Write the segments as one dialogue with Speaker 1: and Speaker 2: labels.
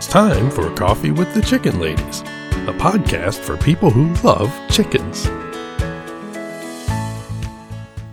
Speaker 1: time for Coffee with the Chicken Ladies, a podcast for people who love chickens.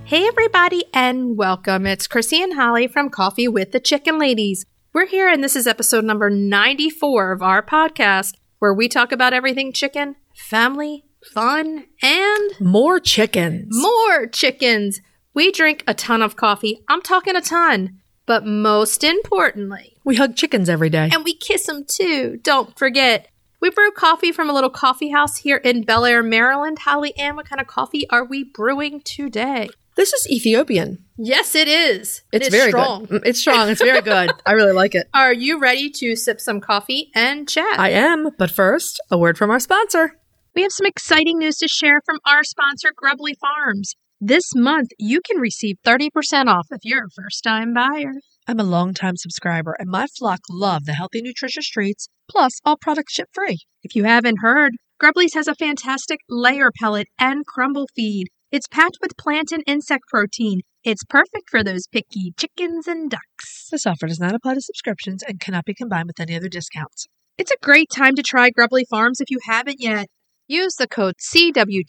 Speaker 2: Hey, everybody, and welcome. It's Chrissy and Holly from Coffee with the Chicken Ladies. We're here, and this is episode number 94 of our podcast, where we talk about everything chicken, family, fun, and
Speaker 3: More chickens.
Speaker 2: more chickens. We drink a ton of coffee. I'm talking a ton. But most importantly,
Speaker 3: We hug chickens every day.
Speaker 2: and we kiss them too, don't forget. We brew coffee from a little coffee house here in Bel Air, Maryland. Holly Ann, what kind of coffee are we brewing today?
Speaker 3: This is Ethiopian.
Speaker 2: Yes, it is. It
Speaker 3: It's
Speaker 2: is
Speaker 3: very
Speaker 2: strong.
Speaker 3: good. Mm, It's strong. It's very good. I really like it.
Speaker 2: Are you ready to sip some coffee and chat?
Speaker 3: I am, but first, a word from our sponsor.
Speaker 2: We have some exciting news to share from our sponsor, Grubly Farms. This month, you can receive 30% off if you're a first time buyer.
Speaker 3: I'm a longtime subscriber, and my flock love the healthy, nutritious treats, plus all products ship free.
Speaker 2: If you haven't heard, Grubly's has a fantastic layer pellet and crumble feed. It's packed with plant and insect protein. It's perfect for those picky chickens and ducks.
Speaker 3: This offer does not apply to subscriptions and cannot be combined with any other discounts.
Speaker 2: It's a great time to try Grubly Farms if you haven't yet. Use the code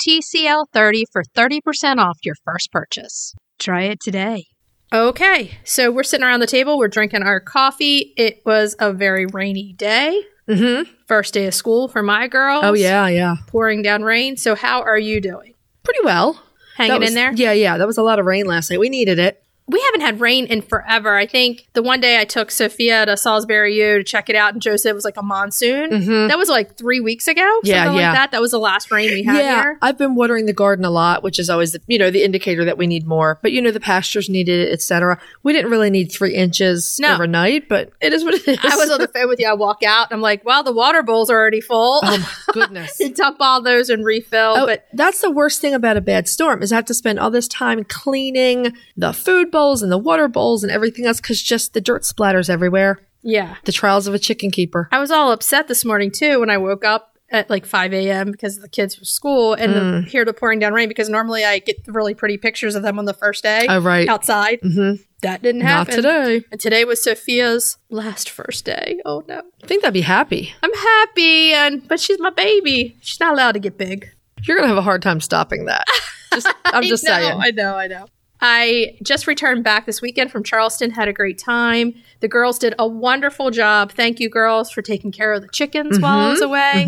Speaker 2: CWTCL30 for 30% off your first purchase. Try it today. Okay, so we're sitting around the table, we're drinking our coffee. It was a very rainy day.
Speaker 3: Mm-hmm.
Speaker 2: First day of school for my girls.
Speaker 3: Oh, yeah, yeah.
Speaker 2: Pouring down rain. So, how are you doing?
Speaker 3: Pretty well. That
Speaker 2: Hanging
Speaker 3: was-
Speaker 2: in there?
Speaker 3: Yeah, yeah. That was a lot of rain last night. We needed it.
Speaker 2: we haven't had rain in forever. I think the one day I took Sophia to Salisbury U to check it out, and Joe said it was like a monsoon.
Speaker 3: Mhm.
Speaker 2: That was like three weeks ago.
Speaker 3: Yeah,
Speaker 2: something
Speaker 3: yeah.
Speaker 2: like that. That was the last rain we had here.
Speaker 3: I've been watering the garden a lot, which is always, the, you know, the indicator that we need more. But you know, the pastures needed it, etc. We didn't really need three inches
Speaker 2: No.
Speaker 3: overnight, but it is what it is.
Speaker 2: I was on the phone with you. I walk out. I'm like, well, the water bowl's already full.
Speaker 3: oh my goodness.
Speaker 2: to dump all those and refill.
Speaker 3: Oh,
Speaker 2: but
Speaker 3: that's the worst thing about a bad storm is I have to spend all this time cleaning the food bowls and the water bowls and everything else because just the dirt splatters everywhere.
Speaker 2: yeah,
Speaker 3: The trials of a chicken keeper.
Speaker 2: I was all upset this morning too when I woke up at like 5 a.m. because the kids were school and
Speaker 3: Mm.
Speaker 2: the, here the pouring down rain because normally I get really pretty pictures of them on the first day
Speaker 3: Oh, right.
Speaker 2: outside.
Speaker 3: Mm-hmm.
Speaker 2: That didn't
Speaker 3: Not
Speaker 2: happen.
Speaker 3: today.
Speaker 2: And today was Sophia's last first day. Oh no.
Speaker 3: I think that'd be happy.
Speaker 2: I'm happy and but she's my baby. She's not allowed to get big.
Speaker 3: You're gonna have a hard time stopping that. Just, I'm just
Speaker 2: I know,
Speaker 3: saying.
Speaker 2: I know, I know. I just returned back this weekend from Charleston, had a great time. The girls did a wonderful job. Thank you, girls, for taking care of the chickens while I was away.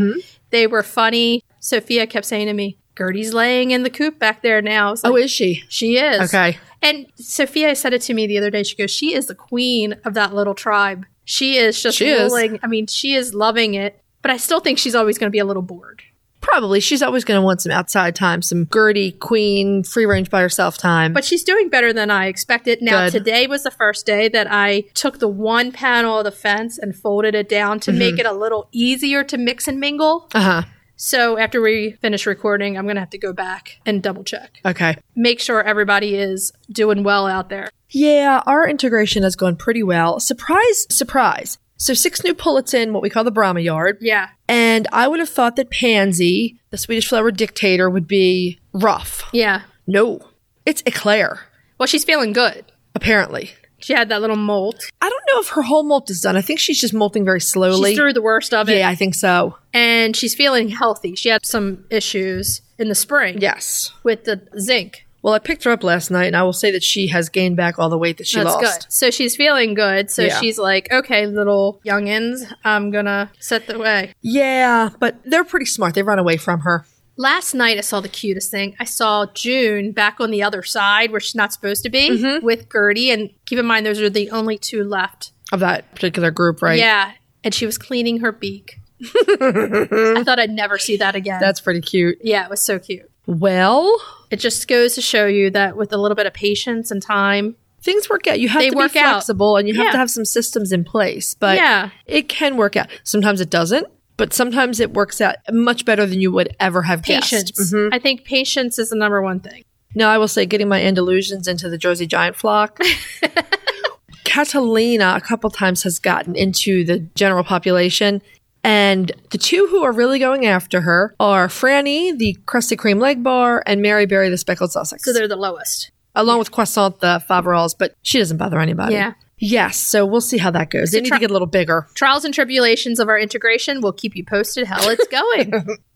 Speaker 2: They were funny. Sophia kept saying to me, Gertie's laying in the coop back there now. I was
Speaker 3: oh,
Speaker 2: like,
Speaker 3: is she?
Speaker 2: she is.
Speaker 3: Okay.
Speaker 2: And Sophia said it to me the other day. She goes, She is the queen of that little tribe. She is just
Speaker 3: She is.
Speaker 2: ruling. I mean, she is loving it, but I still think she's always going to be a little bored.
Speaker 3: Probably. She's always going to want some outside time, some Gertie, queen, free range by herself time.
Speaker 2: But she's doing better than I expected. Now,
Speaker 3: Good.
Speaker 2: today was the first day that I took the one panel of the fence and folded it down to
Speaker 3: Mm-hmm.
Speaker 2: make it a little easier to mix and mingle.
Speaker 3: uh huh.
Speaker 2: So, after we finish recording, I'm going to have to go back and double check.
Speaker 3: Okay.
Speaker 2: Make sure everybody is doing well out there.
Speaker 3: Yeah, our integration has gone pretty well. Surprise, surprise. So, six new pullets in what we call the Brahma yard.
Speaker 2: Yeah.
Speaker 3: And I would have thought that Pansy, the Swedish flower dictator, would be rough.
Speaker 2: Yeah.
Speaker 3: No, it's Eclair,
Speaker 2: Well, she's feeling good.
Speaker 3: apparently.
Speaker 2: She had that little molt.
Speaker 3: I don't know if her whole molt is done. I think she's just molting very slowly.
Speaker 2: She's through the worst of it.
Speaker 3: yeah, I think so.
Speaker 2: and she's feeling healthy. She had some issues in the spring
Speaker 3: Yes.
Speaker 2: with the zinc.
Speaker 3: Well, I picked her up last night, and I will say that she has gained back all the weight that she
Speaker 2: That's
Speaker 3: lost.
Speaker 2: good. So she's feeling good. So
Speaker 3: Yeah.
Speaker 2: she's like, okay, little youngins, I'm going to set the way.
Speaker 3: Yeah, but they're pretty smart. They run away from her.
Speaker 2: Last night, I saw the cutest thing. I saw June back on the other side where she's not supposed to be
Speaker 3: Mm-hmm.
Speaker 2: with Gertie. And keep in mind, those are the only two left.
Speaker 3: Of that particular group, right?
Speaker 2: Yeah. And she was cleaning her beak. I thought I'd never see that again.
Speaker 3: That's pretty cute.
Speaker 2: yeah, it was so cute.
Speaker 3: Well,
Speaker 2: It just goes to show you that with a little bit of patience and time,
Speaker 3: things work out. You have
Speaker 2: They
Speaker 3: to
Speaker 2: work
Speaker 3: be
Speaker 2: out.
Speaker 3: flexible and you have
Speaker 2: Yeah.
Speaker 3: to have some systems in place, but
Speaker 2: Yeah.
Speaker 3: it can work out. Sometimes it doesn't, but sometimes it works out much better than you would ever have
Speaker 2: patience.
Speaker 3: guessed.
Speaker 2: I think patience is the number one thing.
Speaker 3: Now, I will say getting my Andalusians into the Jersey Giant flock. Catalina, a couple times, has gotten into the general population. And the two who are really going after her are Franny, the Krusty Cream Leg Bar, and Mary Berry, the Speckled Sussex,
Speaker 2: So they're the lowest.
Speaker 3: along with Croissant, the Faverolles, but she doesn't bother anybody.
Speaker 2: Yeah.
Speaker 3: Yes, so we'll see how that goes. They
Speaker 2: So
Speaker 3: need
Speaker 2: try-
Speaker 3: to get a little bigger.
Speaker 2: Trials and tribulations of our integration will keep you posted how it's going.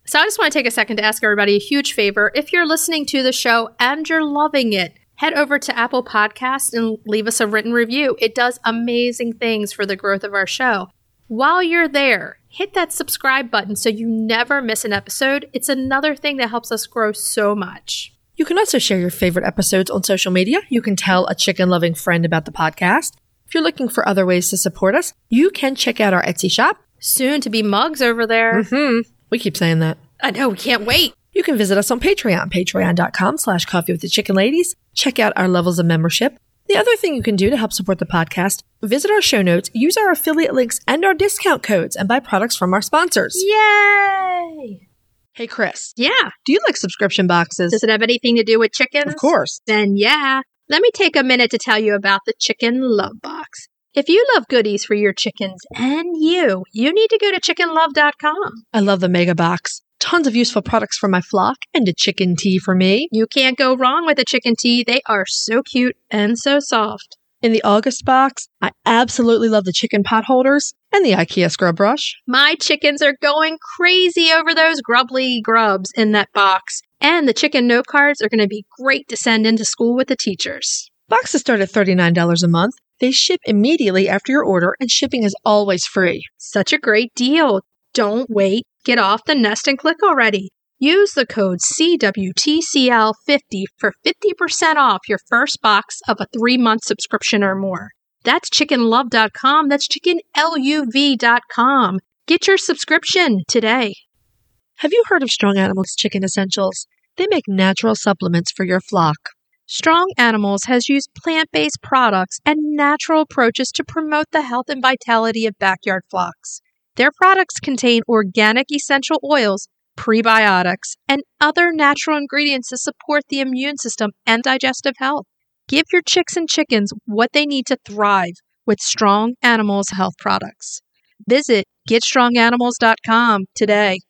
Speaker 2: so I just want to take a second to ask everybody a huge favor. If you're listening to the show and you're loving it, head over to Apple Podcasts and leave us a written review. It does amazing things for the growth of our show. While you're there, hit that subscribe button so you never miss an episode. It's another thing that helps us grow so much.
Speaker 3: You can also share your favorite episodes on social media. You can tell a chicken loving friend about the podcast. If you're looking for other ways to support us, you can check out our Etsy shop.
Speaker 2: Soon to be mugs over there.
Speaker 3: We keep saying that.
Speaker 2: I know, we can't wait.
Speaker 3: You can visit us on Patreon, patreon.com slash coffee with the chicken ladies. Check out our levels of membership. The other thing you can do to help support the podcast, visit our show notes, use our affiliate links and our discount codes, and buy products from our sponsors.
Speaker 2: Yay!
Speaker 3: Hey, Chris,
Speaker 2: Yeah.
Speaker 3: do you like subscription boxes?
Speaker 2: Does it have anything to do with chickens?
Speaker 3: Of course.
Speaker 2: Then, yeah. Let me take a minute to tell you about the Chicken Love Box. If you love goodies for your chickens and you, you need to go to chickenlove.com.
Speaker 3: I love the mega box. Tons of useful products for my flock and a chicken tea for me.
Speaker 2: You can't go wrong with a chicken tea. They are so cute and so soft.
Speaker 3: In the August box, I absolutely love the chicken pot holders and the IKEA scrub brush.
Speaker 2: My chickens are going crazy over those grubbly grubs in that box. And the chicken note cards are going to be great to send into school with the teachers.
Speaker 3: Boxes start at $39 a month. They ship immediately after your order, and shipping is always free.
Speaker 2: Such a great deal. Don't wait. Get off the nest and click already. Use the code CWTCL50 for 50% off your first box of a three month subscription or more. That's chickenlove.com. That's chickenluv.com. Get your subscription today.
Speaker 3: Have you heard of Strong Animals Chicken Essentials? They make natural supplements for your flock.
Speaker 2: Strong Animals has used plant based products and natural approaches to promote the health and vitality of backyard flocks. Their products contain organic essential oils, prebiotics, and other natural ingredients to support the immune system and digestive health. Give your chicks and chickens what they need to thrive with Strong Animals health products. Visit getstronganimals.com today.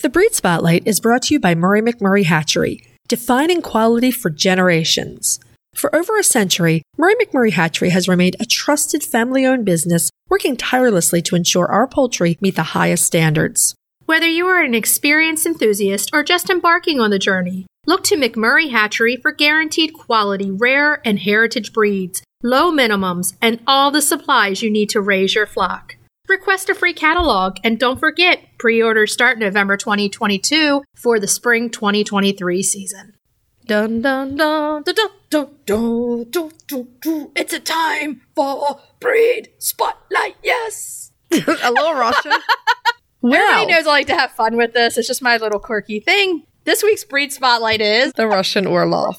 Speaker 3: The Breed Spotlight is brought to you by Murray McMurray Hatchery, defining quality for generations. For over a century, Murray McMurray Hatchery has remained a trusted family owned business, working tirelessly to ensure our poultry meet the highest standards.
Speaker 2: Whether you are an experienced enthusiast or just embarking on the journey, look to McMurray Hatchery for guaranteed quality, rare, and heritage breeds, low minimums, and all the supplies you need to raise your flock. Request a free catalog and don't forget pre orders start November 2022 for the spring 2023 season. Dun dun dun dun dun dun dun dun dun dun. It's a time for breed spotlight, yes!
Speaker 3: a little Russian. Wow.
Speaker 2: Everybody knows I like to have fun with this. It's just my little quirky thing. This week's breed spotlight is,
Speaker 3: the Russian Orloff.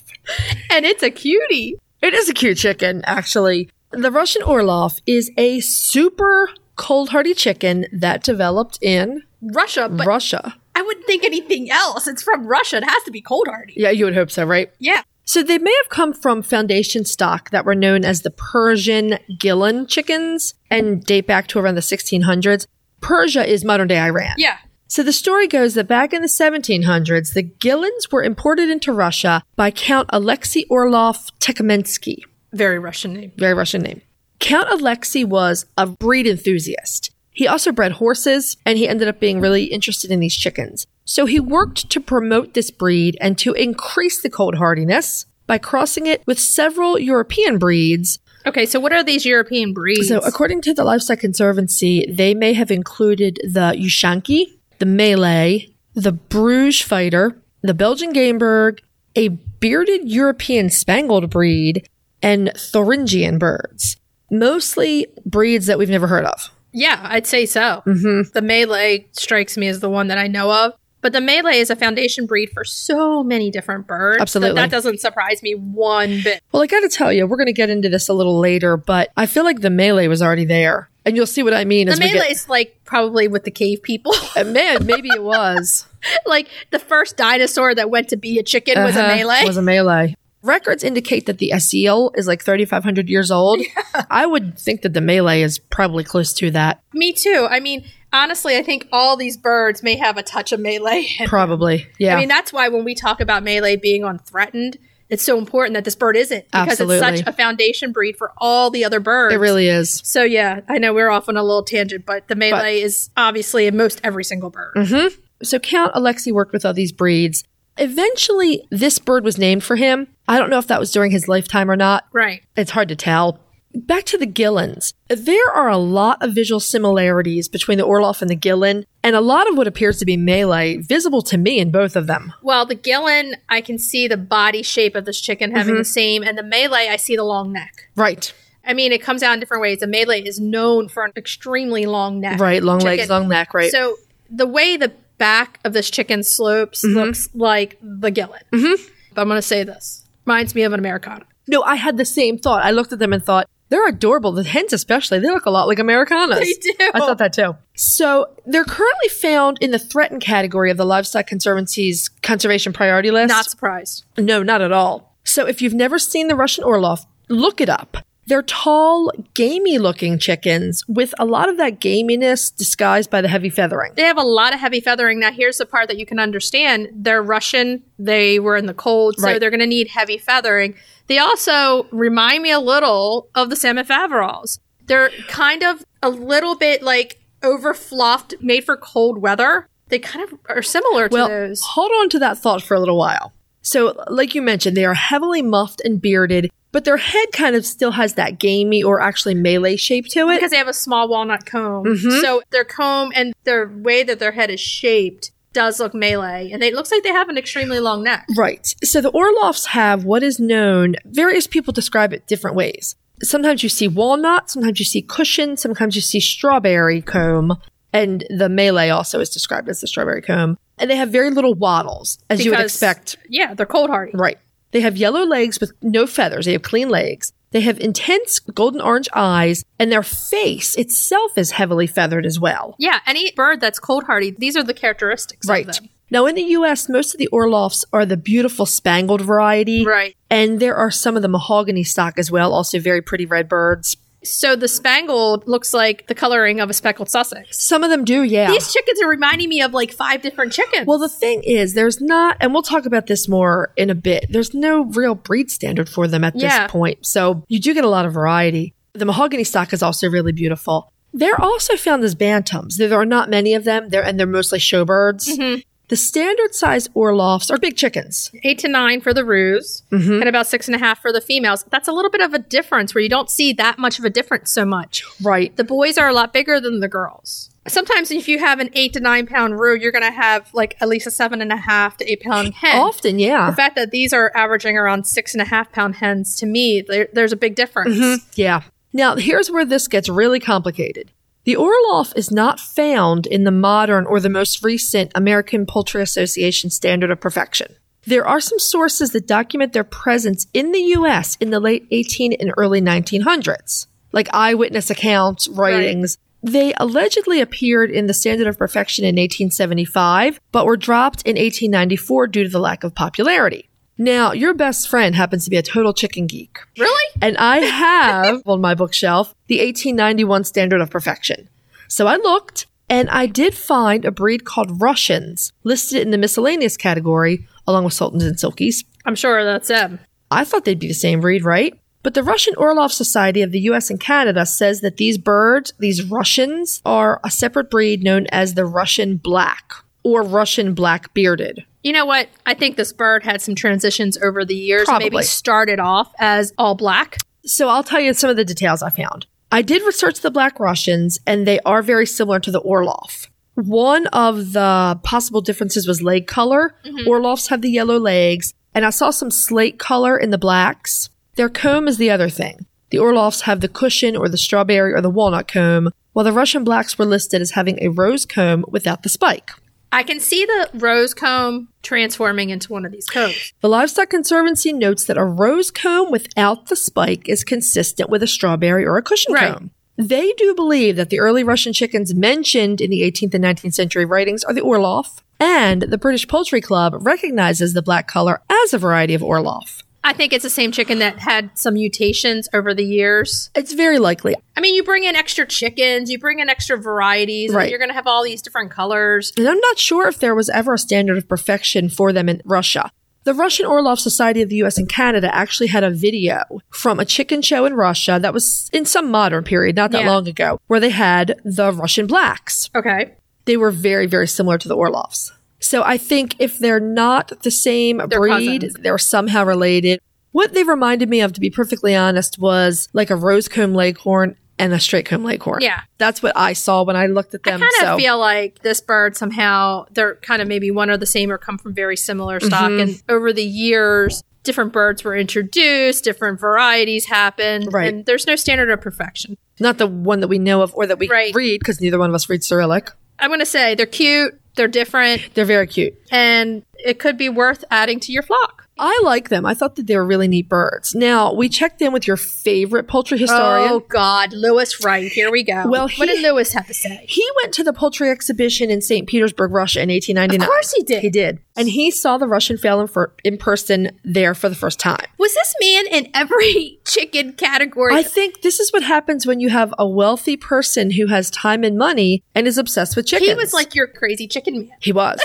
Speaker 2: and it's a cutie.
Speaker 3: It is a cute chicken, actually. The Russian Orloff is a super cold hardy chicken that developed in
Speaker 2: Russia, but
Speaker 3: Russia.
Speaker 2: I wouldn't think anything else. It's from Russia. It has to be cold hardy.
Speaker 3: Yeah, you would hope so, right?
Speaker 2: Yeah.
Speaker 3: So they may have come from foundation stock that were known as the Persian Gillan chickens and date back to around the 1600s. Persia is modern day Iran.
Speaker 2: Yeah.
Speaker 3: So the story goes that back in the 1700s, the Gillans were imported into Russia by Count Alexei Orlov Tekhmensky.
Speaker 2: Very Russian name.
Speaker 3: Very Russian name. Count Alexei was a breed enthusiast. He also bred horses and he ended up being really interested in these chickens. So he worked to promote this breed and to increase the cold hardiness by crossing it with several European breeds.
Speaker 2: Okay, so what are these European breeds?
Speaker 3: So, according to the Livestock Conservancy, they may have included the Ushanki, the Malay, the Bruges Fighter, the Belgian Gameberg, a bearded European Spangled breed, and Thuringian birds. Mostly breeds that we've never heard of.
Speaker 2: yeah, I'd say so. Mm-hmm. The Malay strikes me as the one that I know of. But the Malay is a foundation breed for so many different birds. that
Speaker 3: Absolutely.
Speaker 2: that doesn't surprise me one bit.
Speaker 3: Well, I gotta tell you, we're gonna get into this a little later, but I feel like the Malay was already there. And you'll see what I mean
Speaker 2: The
Speaker 3: as we
Speaker 2: Malay's like probably with the cave people.
Speaker 3: get. Man, maybe it was.
Speaker 2: like the first dinosaur that went to be a chicken was a
Speaker 3: Uh-huh,
Speaker 2: melee.
Speaker 3: Was a melee. Records indicate that the Aseel is like 3,500 years old. I would think that the melee is probably close to that.
Speaker 2: Me too. I mean, honestly, I think all these birds may have a touch of melee.
Speaker 3: Probably. Yeah.
Speaker 2: I mean, that's why when we talk about melee being on threatened, It's so important that this bird isn't because
Speaker 3: Absolutely.
Speaker 2: it's such a foundation breed for all the other birds.
Speaker 3: It really is.
Speaker 2: So yeah, I know we're off on a little tangent, but the melee is obviously in most every single bird.
Speaker 3: Mm-hmm. So Count Alexei worked with all these breeds. Eventually, this bird was named for him. I don't know if that was during his lifetime or not.
Speaker 2: Right.
Speaker 3: It's hard to tell. Back to the Gillens. There are a lot of visual similarities between the Orloff and the Gillen, and a lot of what appears to be melee visible to me in both of them.
Speaker 2: Well, the gillen, I can see the body shape of this chicken having
Speaker 3: Mm-hmm.
Speaker 2: the same, and the melee, I see the long neck.
Speaker 3: Right.
Speaker 2: I mean, it comes out in different ways. The melee is known for an extremely long neck.
Speaker 3: Right. Long legs,
Speaker 2: Chicken.
Speaker 3: long neck, right.
Speaker 2: So the way the back of this chicken slopes looks like the gillen. Mm-hmm. But I'm going to say this reminds me of an Americana.
Speaker 3: no, I had the same thought. I looked at them and thought, they're adorable. The hens, especially, they look a lot like Americanas.
Speaker 2: They do.
Speaker 3: I thought that too. So they're currently found in the threatened category of the Livestock Conservancy's conservation priority list.
Speaker 2: Not surprised.
Speaker 3: No, not at all. So if you've never seen the Russian Orlov, look it up. They're tall, gamey looking chickens with a lot of that gaminess disguised by the heavy feathering.
Speaker 2: They have a lot of heavy feathering. Now, here's the part that you can understand. They're Russian. They were in the cold, so
Speaker 3: Right.
Speaker 2: they're going to need heavy feathering. They also remind me a little of the salmon faverals. They're kind of a little bit like over flopped, made for cold weather. They kind of are similar to
Speaker 3: Well,
Speaker 2: those.
Speaker 3: hold on to that thought for a little while. So, like you mentioned, they are heavily muffed and bearded, but their head kind of still has that gamey or actually melee shape to it.
Speaker 2: because they have a small walnut comb.
Speaker 3: Mm-hmm.
Speaker 2: So their comb and their way that their head is shaped does look melee, and they, it looks like they have an extremely long neck.
Speaker 3: Right. So the Orloffs have what is known, various people describe it different ways. Sometimes you see walnut, sometimes you see cushion, sometimes you see strawberry comb, and the melee also is described as the strawberry comb. And they have very little wattles, as you would
Speaker 2: Because-
Speaker 3: expect.
Speaker 2: Yeah, they're cold hardy.
Speaker 3: Right. They have yellow legs with no feathers. They have clean legs. They have intense golden orange eyes, and their face itself is heavily feathered as well.
Speaker 2: Yeah, any bird that's cold hardy, these are the characteristics of
Speaker 3: Right.
Speaker 2: them.
Speaker 3: Now, in the US, most of the Orloffs are the beautiful spangled variety.
Speaker 2: Right.
Speaker 3: And there are some of the mahogany stock as well, also very pretty red birds.
Speaker 2: So the spangled looks like the coloring of a speckled Sussex.
Speaker 3: Some of them do, yeah.
Speaker 2: These chickens are reminding me of like five different chickens.
Speaker 3: well, the thing is, there's not, and we'll talk about this more in a bit, there's no real breed standard for them at
Speaker 2: Yeah.
Speaker 3: this point. So you do get a lot of variety. The mahogany stock is also really beautiful. They're also found as bantams. There are not many of them, they're, and they're mostly showbirds. The standard size Orloffs are big chickens.
Speaker 2: eight to nine for the roos
Speaker 3: Mm-hmm.
Speaker 2: and about six and a half for the females. That's a little bit of a difference where you don't see that much of a difference so much.
Speaker 3: Right.
Speaker 2: the boys are a lot bigger than the girls. Sometimes if you have an eight to nine pound roux, you're going to have like at least a seven and a half to eight pound hen.
Speaker 3: Often, yeah.
Speaker 2: The fact that these are averaging around six and a half pound hens to me, there, there's a big difference.
Speaker 3: Yeah. Now, here's where this gets really complicated. The Orloff is not found in the modern or the most recent American Poultry Association standard of perfection. There are some sources that document their presence in the U.S. in the late 18 and early 1900s, like eyewitness accounts, writings. They allegedly appeared in the standard of perfection in 1875, but were dropped in 1894 due to the lack of popularity. Now, your best friend happens to be a total chicken geek.
Speaker 2: Really?
Speaker 3: And I have on my bookshelf the 1891 standard of perfection. So I looked and I did find a breed called Russians listed in the miscellaneous category along with Sultans and Silkies.
Speaker 2: I'm sure that's um, them.
Speaker 3: I thought they'd be the same breed, right? But the Russian Orlov Society of the US and Canada says that these birds, these Russians, are a separate breed known as the Russian Black or Russian Black Bearded.
Speaker 2: You know what? I think this bird had some transitions over the years. Maybe
Speaker 3: Probably.
Speaker 2: started off as all black.
Speaker 3: So I'll tell you some of the details I found. I did research the Black Russians, and they are very similar to the Orloff. One of the possible differences was leg color. Orloffs have the yellow legs, and I saw some slate color in the blacks. Their comb is the other thing. The Orloffs have the cushion or the strawberry or the walnut comb, while the Russian blacks were listed as having a rose comb without the spike.
Speaker 2: I can see the rose comb transforming into one of these combs.
Speaker 3: The Livestock Conservancy notes that a rose comb without the spike is consistent with a strawberry or a cushion
Speaker 2: Right.
Speaker 3: comb. They do believe that the early Russian chickens mentioned in the 18th and 19th century writings are the Orloff, and the British Poultry Club recognizes the black color as a variety of Orloff.
Speaker 2: I think it's the same chicken that had some mutations over the years.
Speaker 3: It's very likely.
Speaker 2: I mean, you bring in extra chickens, you bring in extra varieties,
Speaker 3: Right.
Speaker 2: and you're going to have all these different colors.
Speaker 3: And I'm not sure if there was ever a standard of perfection for them in Russia. The Russian Orlov Society of the US and Canada actually had a video from a chicken show in Russia that was in some modern period, not that
Speaker 2: Yeah.
Speaker 3: long ago, where they had the Russian blacks.
Speaker 2: Okay.
Speaker 3: They were very, very similar to the Orlovs. So I think if they're not the same
Speaker 2: They're
Speaker 3: breed,
Speaker 2: cousins.
Speaker 3: they're somehow related. What they reminded me of, to be perfectly honest, was like a rosecomb leghorn and a straight comb leghorn.
Speaker 2: Yeah.
Speaker 3: That's what I saw when I looked at
Speaker 2: I
Speaker 3: them.
Speaker 2: kind of
Speaker 3: Um, so
Speaker 2: feel like this bird somehow they're kind of maybe one or the same or come from very similar stock.
Speaker 3: Mm-hmm.
Speaker 2: And over the years, different birds were introduced, different varieties happened,
Speaker 3: Right.
Speaker 2: and there's no standard of perfection.
Speaker 3: not the one that we know of or that we
Speaker 2: Right.
Speaker 3: read because neither one of us read Cyrillic.
Speaker 2: I'm going to say they're cute, they're different,
Speaker 3: They're very cute.
Speaker 2: and it could be worth adding to your flock.
Speaker 3: I like them. I thought that they were really neat birds. Now, we checked in with your favorite poultry historian.
Speaker 2: Oh God, Lewis Wright. Here we go.
Speaker 3: Well,
Speaker 2: what
Speaker 3: he-
Speaker 2: did Lewis have to say?
Speaker 3: He went to the poultry exhibition in St. Petersburg, Russia in 1899.
Speaker 2: Of course he did.
Speaker 3: He did. And he saw the Russian Phelan for, in person there for the first time.
Speaker 2: Was this man in every chicken category?
Speaker 3: I think this is what happens when you have a wealthy person who has time and money and is obsessed with chickens.
Speaker 2: he was like your crazy chicken man.
Speaker 3: He was.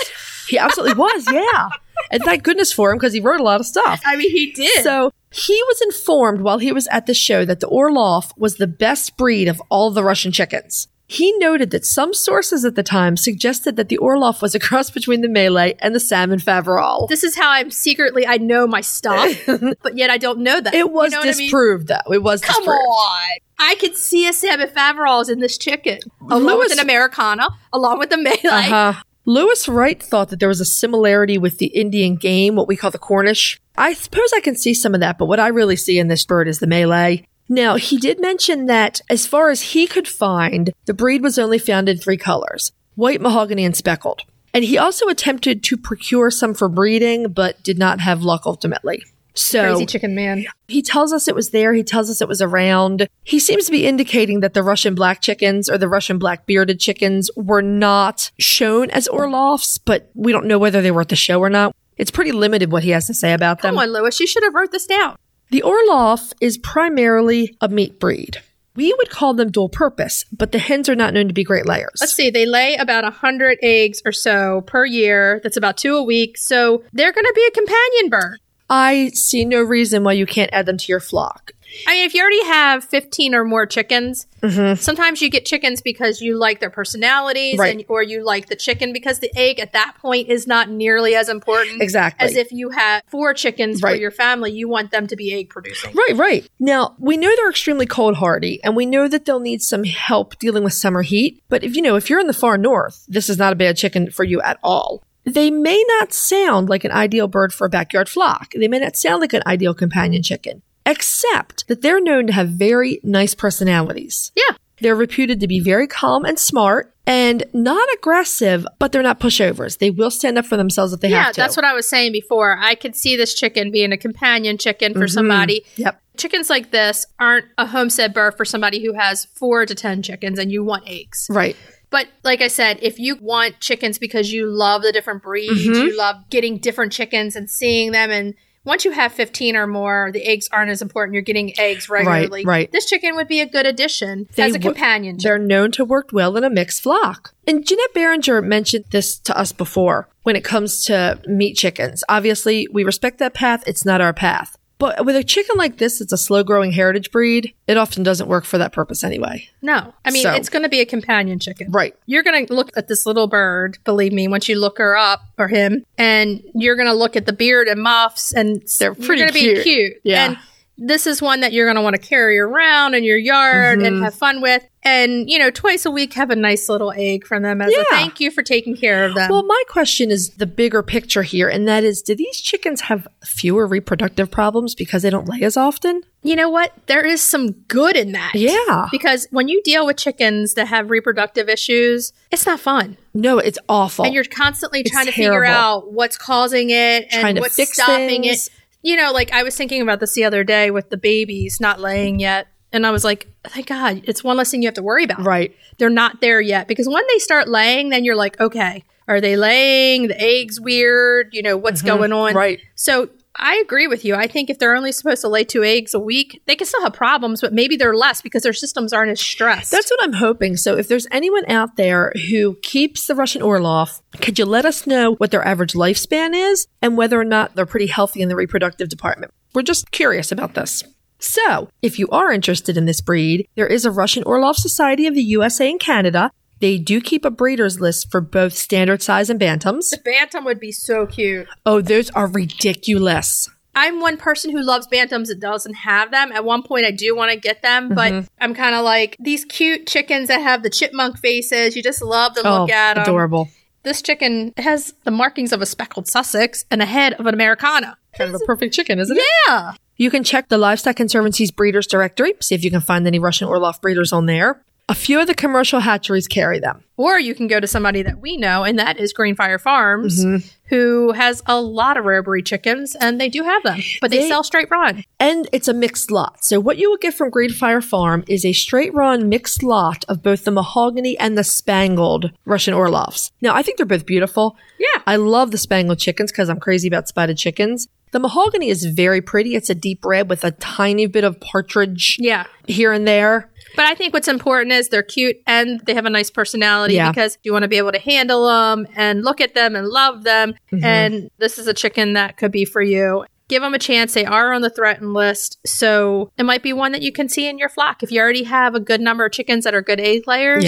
Speaker 3: He absolutely was, yeah. And thank goodness for him because he wrote a lot of stuff.
Speaker 2: I mean, he did.
Speaker 3: So he was informed while he was at the show that the Orloff was the best breed of all the Russian chickens. He noted that some sources at the time suggested that the Orloff was a cross between the Malay and the Salmon Faverol.
Speaker 2: this is how I'm secretly I know my stuff, but yet I don't know that. You
Speaker 3: It was
Speaker 2: know what I mean?
Speaker 3: disproved, though. It was
Speaker 2: Come
Speaker 3: disproved.
Speaker 2: on. I could see a salmon faverol's in this chicken, along
Speaker 3: Lewis-
Speaker 2: with an Americano, along with the melee.
Speaker 3: Uh-huh. Lewis Wright thought that there was a similarity with the Indian game, what we call the Cornish. I suppose I can see some of that, but what I really see in this bird is the Malay. Now, he did mention that as far as he could find, the breed was only found in three colors white, mahogany, and speckled. And he also attempted to procure some for breeding, but did not have luck ultimately. So,
Speaker 2: Crazy chicken man.
Speaker 3: he tells us it was there. He tells us it was around. He seems to be indicating that the Russian black chickens or the Russian black bearded chickens were not shown as Orloffs, but we don't know whether they were at the show or not. It's pretty limited what he has to say about them.
Speaker 2: Come on, Lewis. You should have wrote this down.
Speaker 3: The Orloff is primarily a meat breed. We would call them dual purpose, but the hens are not known to be great layers.
Speaker 2: Let's see. They lay about 100 eggs or so per year. That's about two a week. So they're going to be a companion bird.
Speaker 3: I see no reason why you can't add them to your flock.
Speaker 2: I mean, if you already have 15 or more chickens,
Speaker 3: Mm-hmm.
Speaker 2: sometimes you get chickens because you like their personalities
Speaker 3: Right.
Speaker 2: and, or you like the chicken because the egg at that point is not nearly as important
Speaker 3: Exactly.
Speaker 2: as if you had four chickens for
Speaker 3: Right.
Speaker 2: your family. You want them to be egg producing.
Speaker 3: Right, right. Now, we know they're extremely cold hardy and we know that they'll need some help dealing with summer heat. But if you know, if you're in the far north, this is not a bad chicken for you at all. They may not sound like an ideal bird for a backyard flock. They may not sound like an ideal companion chicken, except that they're known to have very nice personalities.
Speaker 2: Yeah.
Speaker 3: They're reputed to be very calm and smart and not aggressive, but they're not pushovers. They will stand up for themselves if they
Speaker 2: Yeah,
Speaker 3: have to.
Speaker 2: that's what I was saying before. I could see this chicken being a companion chicken
Speaker 3: Mm-hmm.
Speaker 2: for somebody.
Speaker 3: Yep.
Speaker 2: Chickens like this aren't a homestead bird for somebody who has four to 10 chickens and you want eggs.
Speaker 3: Right.
Speaker 2: But like I said, if you want chickens because you love the different breeds,
Speaker 3: Mm-hmm.
Speaker 2: you love getting different chickens and seeing them and once you have 15 or more, the eggs aren't as important. You're getting eggs regularly.
Speaker 3: right.
Speaker 2: This chicken would be a good addition
Speaker 3: They
Speaker 2: as a
Speaker 3: wo-
Speaker 2: companion. chicken.
Speaker 3: They're known to work well in a mixed flock. And Jeanette Barringer mentioned this to us before when it comes to meat chickens. Obviously, we respect that path. It's not our path. But with a chicken like this, it's a slow growing heritage breed. It often doesn't work for that purpose anyway.
Speaker 2: No, I mean,
Speaker 3: So-
Speaker 2: it's going to be a companion chicken.
Speaker 3: Right.
Speaker 2: You're going to look at this little bird, believe me, once you look her up or him, and you're going to look at the beard and muffs, and s-
Speaker 3: They're
Speaker 2: you're
Speaker 3: pretty
Speaker 2: gonna Be
Speaker 3: cute.
Speaker 2: cute.
Speaker 3: Yeah.
Speaker 2: And this is one that you're going to want to carry around in your yard
Speaker 3: Mm-hmm.
Speaker 2: and have fun with. And, you know, twice a week, have a nice little egg from them as
Speaker 3: Yeah.
Speaker 2: a thank you for taking care of them.
Speaker 3: Well, my question is the bigger picture here, and that is do these chickens have fewer reproductive problems because they don't lay as often?
Speaker 2: you know what? There is some good in that.
Speaker 3: Yeah.
Speaker 2: Because when you deal with chickens that have reproductive issues, it's not fun.
Speaker 3: No, it's awful.
Speaker 2: and you're constantly trying to figure
Speaker 3: Oh, terrible.
Speaker 2: out what's causing it and
Speaker 3: Trying to
Speaker 2: what's
Speaker 3: fix
Speaker 2: stopping
Speaker 3: things.
Speaker 2: it. You know, like I was thinking about this the other day with the babies not laying yet, and I was like, thank God, it's one less thing you have to worry about.
Speaker 3: right.
Speaker 2: They're not there yet because when they start laying, then you're like, okay, are they laying? The egg's weird. You know what's going on?
Speaker 3: Mm-hmm. Right.
Speaker 2: So I agree with you. I think if they're only supposed to lay two eggs a week, they can still have problems, but maybe they're less because their systems aren't as stressed.
Speaker 3: That's what I'm hoping. So, if there's anyone out there who keeps the Russian Orloff, could you let us know what their average lifespan is and whether or not they're pretty healthy in the reproductive department? We're just curious about this. So, if you are interested in this breed, there is a Russian Orloff Society of the USA and Canada. They do keep a breeders list for both standard size and bantams.
Speaker 2: the bantam would be so cute.
Speaker 3: Oh, those are ridiculous.
Speaker 2: I'm one person who loves bantams that doesn't have them. At one point, I do want to get them,
Speaker 3: Mm-hmm.
Speaker 2: but I'm kind of like these cute chickens that have the chipmunk faces. You just love to look
Speaker 3: oh,
Speaker 2: at 'em.
Speaker 3: adorable.
Speaker 2: This chicken has the markings of a speckled Sussex and a head of an Americana.
Speaker 3: Kind of a perfect chicken, isn't it?
Speaker 2: Yeah.
Speaker 3: You can check the Livestock Conservancy's breeders directory, see if you can find any Russian Orloff breeders on there. A few of the commercial hatcheries carry them.
Speaker 2: Or you can go to somebody that we know, and that is Greenfire Farms,
Speaker 3: Mm-hmm.
Speaker 2: who has a lot of rare breed chickens, and they do have them, but they,
Speaker 3: They-
Speaker 2: sell straight run.
Speaker 3: And it's a mixed lot. So what you will get from Greenfire Farm is a straight run mixed lot of both the mahogany and the spangled Russian Orloffs. Now I think they're both beautiful.
Speaker 2: Yeah.
Speaker 3: I love the spangled chickens because I'm crazy about spotted chickens. The mahogany is very pretty. It's a deep red with a tiny bit of partridge
Speaker 2: Yeah.
Speaker 3: here and there.
Speaker 2: But I think what's important is they're cute and they have a nice personality
Speaker 3: Yeah.
Speaker 2: because you want to be able to handle them and look at them and love them. And this is a chicken that could be for you. Give them a chance. They are on the threatened list. So it might be one that you can see in your flock. If you already have a good number of chickens that are good egg layers,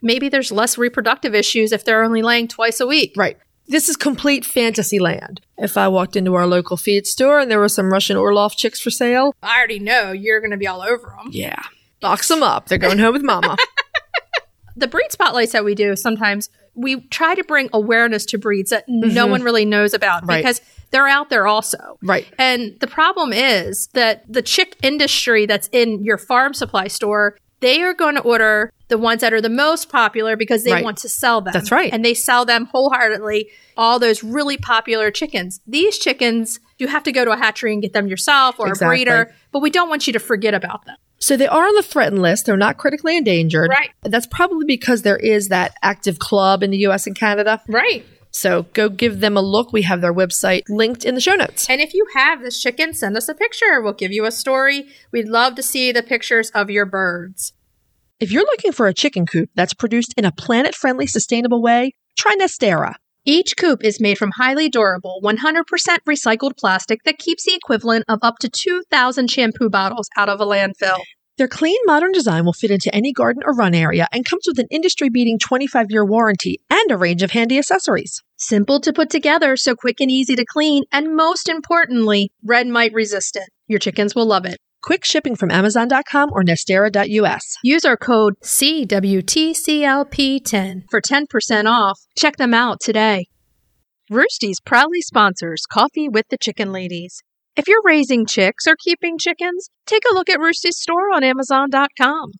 Speaker 2: maybe there's less reproductive issues if they're only laying twice a week.
Speaker 3: Right. This is complete fantasy land. If I walked into our local feed store and there were some Russian Orloff chicks for sale,
Speaker 2: I already know you're going to be all over them.
Speaker 3: yeah, box them up. They're going home with mama.
Speaker 2: The breed spotlights that we do sometimes, we try to bring awareness to breeds that no one really knows about
Speaker 3: Mm-hmm. Right.
Speaker 2: because they're out there also.
Speaker 3: Right.
Speaker 2: And the problem is that the chick industry that's in your farm supply store, they are going to order the ones that are the most popular because they
Speaker 3: Right.
Speaker 2: want to sell them.
Speaker 3: That's right.
Speaker 2: And they sell them wholeheartedly, all those really popular chickens. These chickens, you have to go to a hatchery and get them yourself or
Speaker 3: Exactly.
Speaker 2: a breeder, but we don't want you to forget about them.
Speaker 3: So they are on the threatened list. They're not critically endangered.
Speaker 2: Right.
Speaker 3: That's probably because there is that active club in the US and Canada.
Speaker 2: Right.
Speaker 3: So go give them a look. We have their website linked in the show notes.
Speaker 2: And if you have this chicken, send us a picture. We'll give you a story. We'd love to see the pictures of your birds.
Speaker 3: If you're looking for a chicken coop that's produced in a planet friendly, sustainable way, try Nestera.
Speaker 2: Each coop is made from highly durable, 100% recycled plastic that keeps the equivalent of up to 2,000 shampoo bottles out of a landfill.
Speaker 3: Their clean, modern design will fit into any garden or run area and comes with an industry beating 25 year warranty and a range of handy accessories.
Speaker 2: Simple to put together, so quick and easy to clean, and most importantly, red mite resistant. Your chickens will love it.
Speaker 3: Quick shipping from Amazon.com or Nestera.us.
Speaker 2: Use our code CWTCLP10 for 10% off. Check them out today. Roosties proudly sponsors Coffee with the Chicken Ladies. If you're raising chicks or keeping chickens, take a look at Roosty's store on Amazon.com.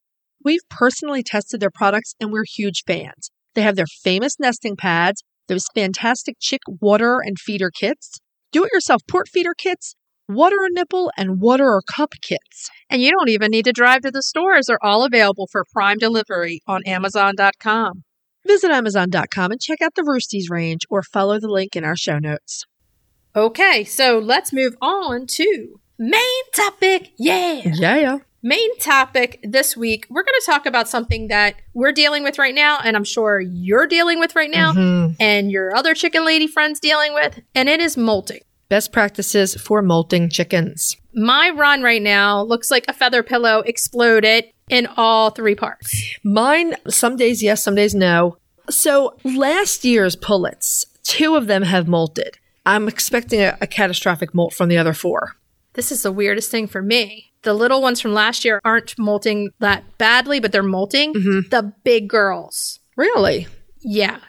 Speaker 3: We've personally tested their products and we're huge fans. They have their famous nesting pads, those fantastic chick water and feeder kits, do it yourself port feeder kits, water or nipple, and water or cup kits.
Speaker 2: And you don't even need to drive to the stores, they're all available for prime delivery on Amazon.com.
Speaker 3: Visit Amazon.com and check out the Roosties range or follow the link in our show notes.
Speaker 2: Okay, so let's move on to main topic. Yeah.
Speaker 3: Yeah, yeah.
Speaker 2: Main topic this week, we're going to talk about something that we're dealing with right now, and I'm sure you're dealing with right now, and your other chicken lady friends dealing with, and it is molting.
Speaker 3: Best practices for molting chickens.
Speaker 2: My run right now looks like a feather pillow exploded in all three parts.
Speaker 3: Mine, some days yes, some days no. So last year's pullets, two of them have molted. I'm expecting a, a catastrophic molt from the other four.
Speaker 2: This is the weirdest thing for me. The little ones from last year aren't molting that badly, but they're molting. The big girls.
Speaker 3: Really?
Speaker 2: Yeah.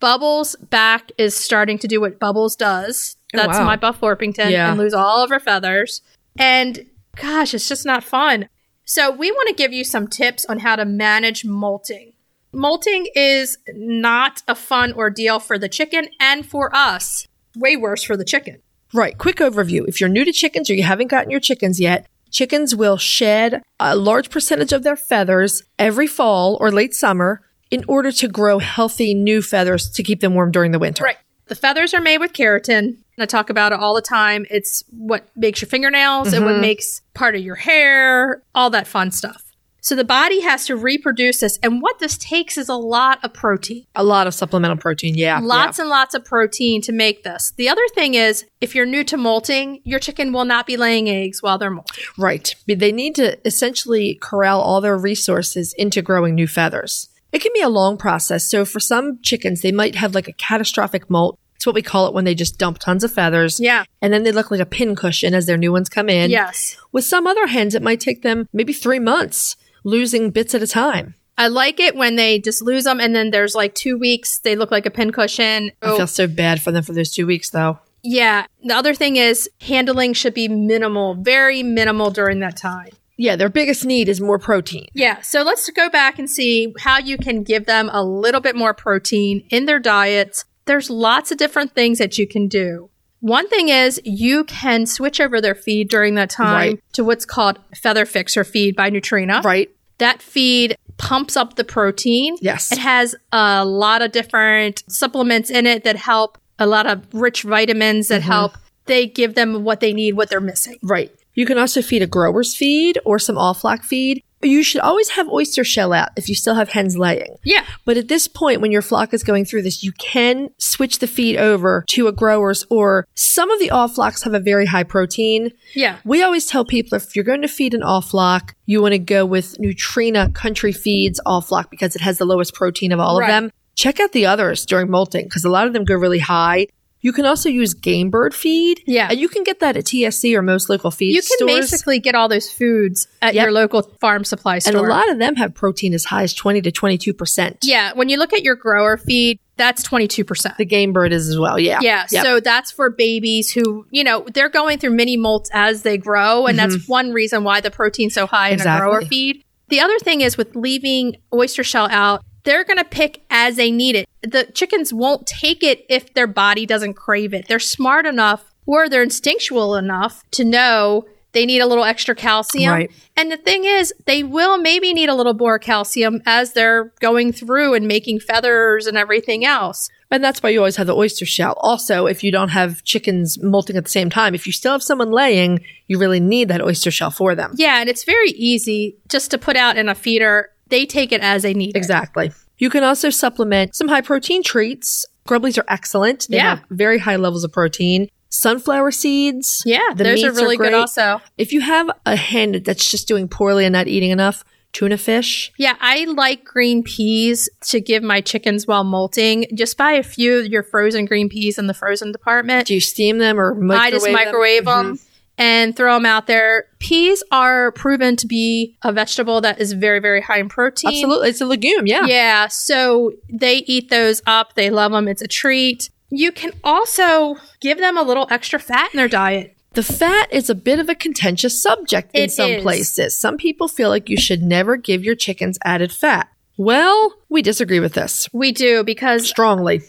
Speaker 2: Bubbles back is starting to do what Bubbles does.
Speaker 3: Oh,
Speaker 2: That's
Speaker 3: wow.
Speaker 2: my Buff Orpington
Speaker 3: Yeah.
Speaker 2: and lose all of her feathers. And gosh, it's just not fun. So we want to give you some tips on how to manage molting. Molting is not a fun ordeal for the chicken and for us. Way worse for the chicken.
Speaker 3: Right. Quick overview. If you're new to chickens or you haven't gotten your chickens yet, chickens will shed a large percentage of their feathers every fall or late summer in order to grow healthy new feathers to keep them warm during the winter.
Speaker 2: Right. The feathers are made with keratin. I talk about it all the time. It's what makes your fingernails and
Speaker 3: Mm-hmm.
Speaker 2: what makes part of your hair, all that fun stuff. So the body has to reproduce this. And what this takes is a lot of protein,
Speaker 3: A lot of supplemental protein. Yeah.
Speaker 2: lots and lots of protein to make this. The other thing is, if you're new to molting, your chicken will not be laying eggs while they're molting.
Speaker 3: yeah. Right. But They need to essentially corral all their resources into growing new feathers. It can be a long process. So for some chickens, they might have like a catastrophic molt. It's what we call it when they just dump tons of feathers.
Speaker 2: Yeah.
Speaker 3: And then they look like a pincushion as their new ones come in.
Speaker 2: Yes.
Speaker 3: With some other hens, it might take them maybe three months, losing bits at a time.
Speaker 2: I like it when they just lose them and then there's like two weeks, they look like a pincushion.
Speaker 3: I
Speaker 2: Oh,
Speaker 3: feel so bad for them for those two weeks, though.
Speaker 2: yeah. The other thing is, handling should be minimal, very minimal during that time.
Speaker 3: Yeah, their biggest need is more protein.
Speaker 2: Yeah, so let's go back and see how you can give them a little bit more protein in their diets. There's lots of different things that you can do. One thing is you can switch over their feed during that time
Speaker 3: Right.
Speaker 2: to what's called feather fixer feed by Nutrina.
Speaker 3: Right?
Speaker 2: That feed pumps up the protein.
Speaker 3: Yes.
Speaker 2: It has a lot of different supplements in it that help, a lot of rich vitamins
Speaker 3: Mm-hmm.
Speaker 2: that help. They give them what they need, what they're missing.
Speaker 3: Right. You can also feed a grower's feed or some all flock feed. You should always have oyster shell out if you still have hens laying.
Speaker 2: Yeah.
Speaker 3: But at this point, when your flock is going through this, you can switch the feed over to a grower's or some of the all flocks have a very high protein.
Speaker 2: Yeah.
Speaker 3: We always tell people if you're going to feed an all flock, you want to go with Nutrina Country Feeds all flock because it has the lowest protein of all
Speaker 2: Right.
Speaker 3: of them. Check out the others during molting because a lot of them go really high. You can also use game bird feed.
Speaker 2: Yeah.
Speaker 3: And you can get that at TSC or most local feed
Speaker 2: you can
Speaker 3: stores.
Speaker 2: basically get all those foods at
Speaker 3: Yep.
Speaker 2: your local farm supply store.
Speaker 3: and a lot of them have protein as high as 20 to 22%.
Speaker 2: yeah, when you look at your grower feed, that's 22%.
Speaker 3: The game bird is as well. Yeah.
Speaker 2: yeah,
Speaker 3: Yep.
Speaker 2: so that's for babies who, you know, they're going through mini molts as they grow, and that's one reason why the protein's so high in a
Speaker 3: Mm-hmm. Exactly.
Speaker 2: grower feed. The other thing is with leaving oyster shell out, they're going to pick as they need it. The chickens won't take it if their body doesn't crave it. They're smart enough or they're instinctual enough to know they need a little extra calcium.
Speaker 3: Right.
Speaker 2: And the thing is, they will maybe need a little more calcium as they're going through and making feathers and everything else.
Speaker 3: And that's why you always have the oyster shell. Also, if you don't have chickens molting at the same time, if you still have someone laying, you really need that oyster shell for them.
Speaker 2: Yeah, and it's very easy just to put out in a feeder. They take it as they need. it.
Speaker 3: Exactly. You can also supplement some high protein treats. Grubblies are excellent. They
Speaker 2: Yeah.
Speaker 3: have very high levels of protein. Sunflower seeds.
Speaker 2: Yeah,
Speaker 3: the
Speaker 2: those are
Speaker 3: meats
Speaker 2: really good
Speaker 3: great.
Speaker 2: also.
Speaker 3: If you have a hen that's just doing poorly and not eating enough, tuna fish.
Speaker 2: Yeah, I like green peas to give my chickens while molting. Just buy a few of your frozen green peas in the frozen department.
Speaker 3: Do you steam them or microwave
Speaker 2: I just
Speaker 3: them? Mm-hmm.
Speaker 2: microwave them. And throw them out there. Peas are proven to be a vegetable that is very, very high in protein.
Speaker 3: Absolutely. It's a legume. Yeah.
Speaker 2: Yeah, so they eat those up. They love them. It's a treat. You can also give them a little extra fat in their diet.
Speaker 3: The fat is a bit of a contentious subject in
Speaker 2: It
Speaker 3: some
Speaker 2: is.
Speaker 3: places. Some people feel like you should never give your chickens added fat. Well, we disagree with this
Speaker 2: We do because
Speaker 3: strongly.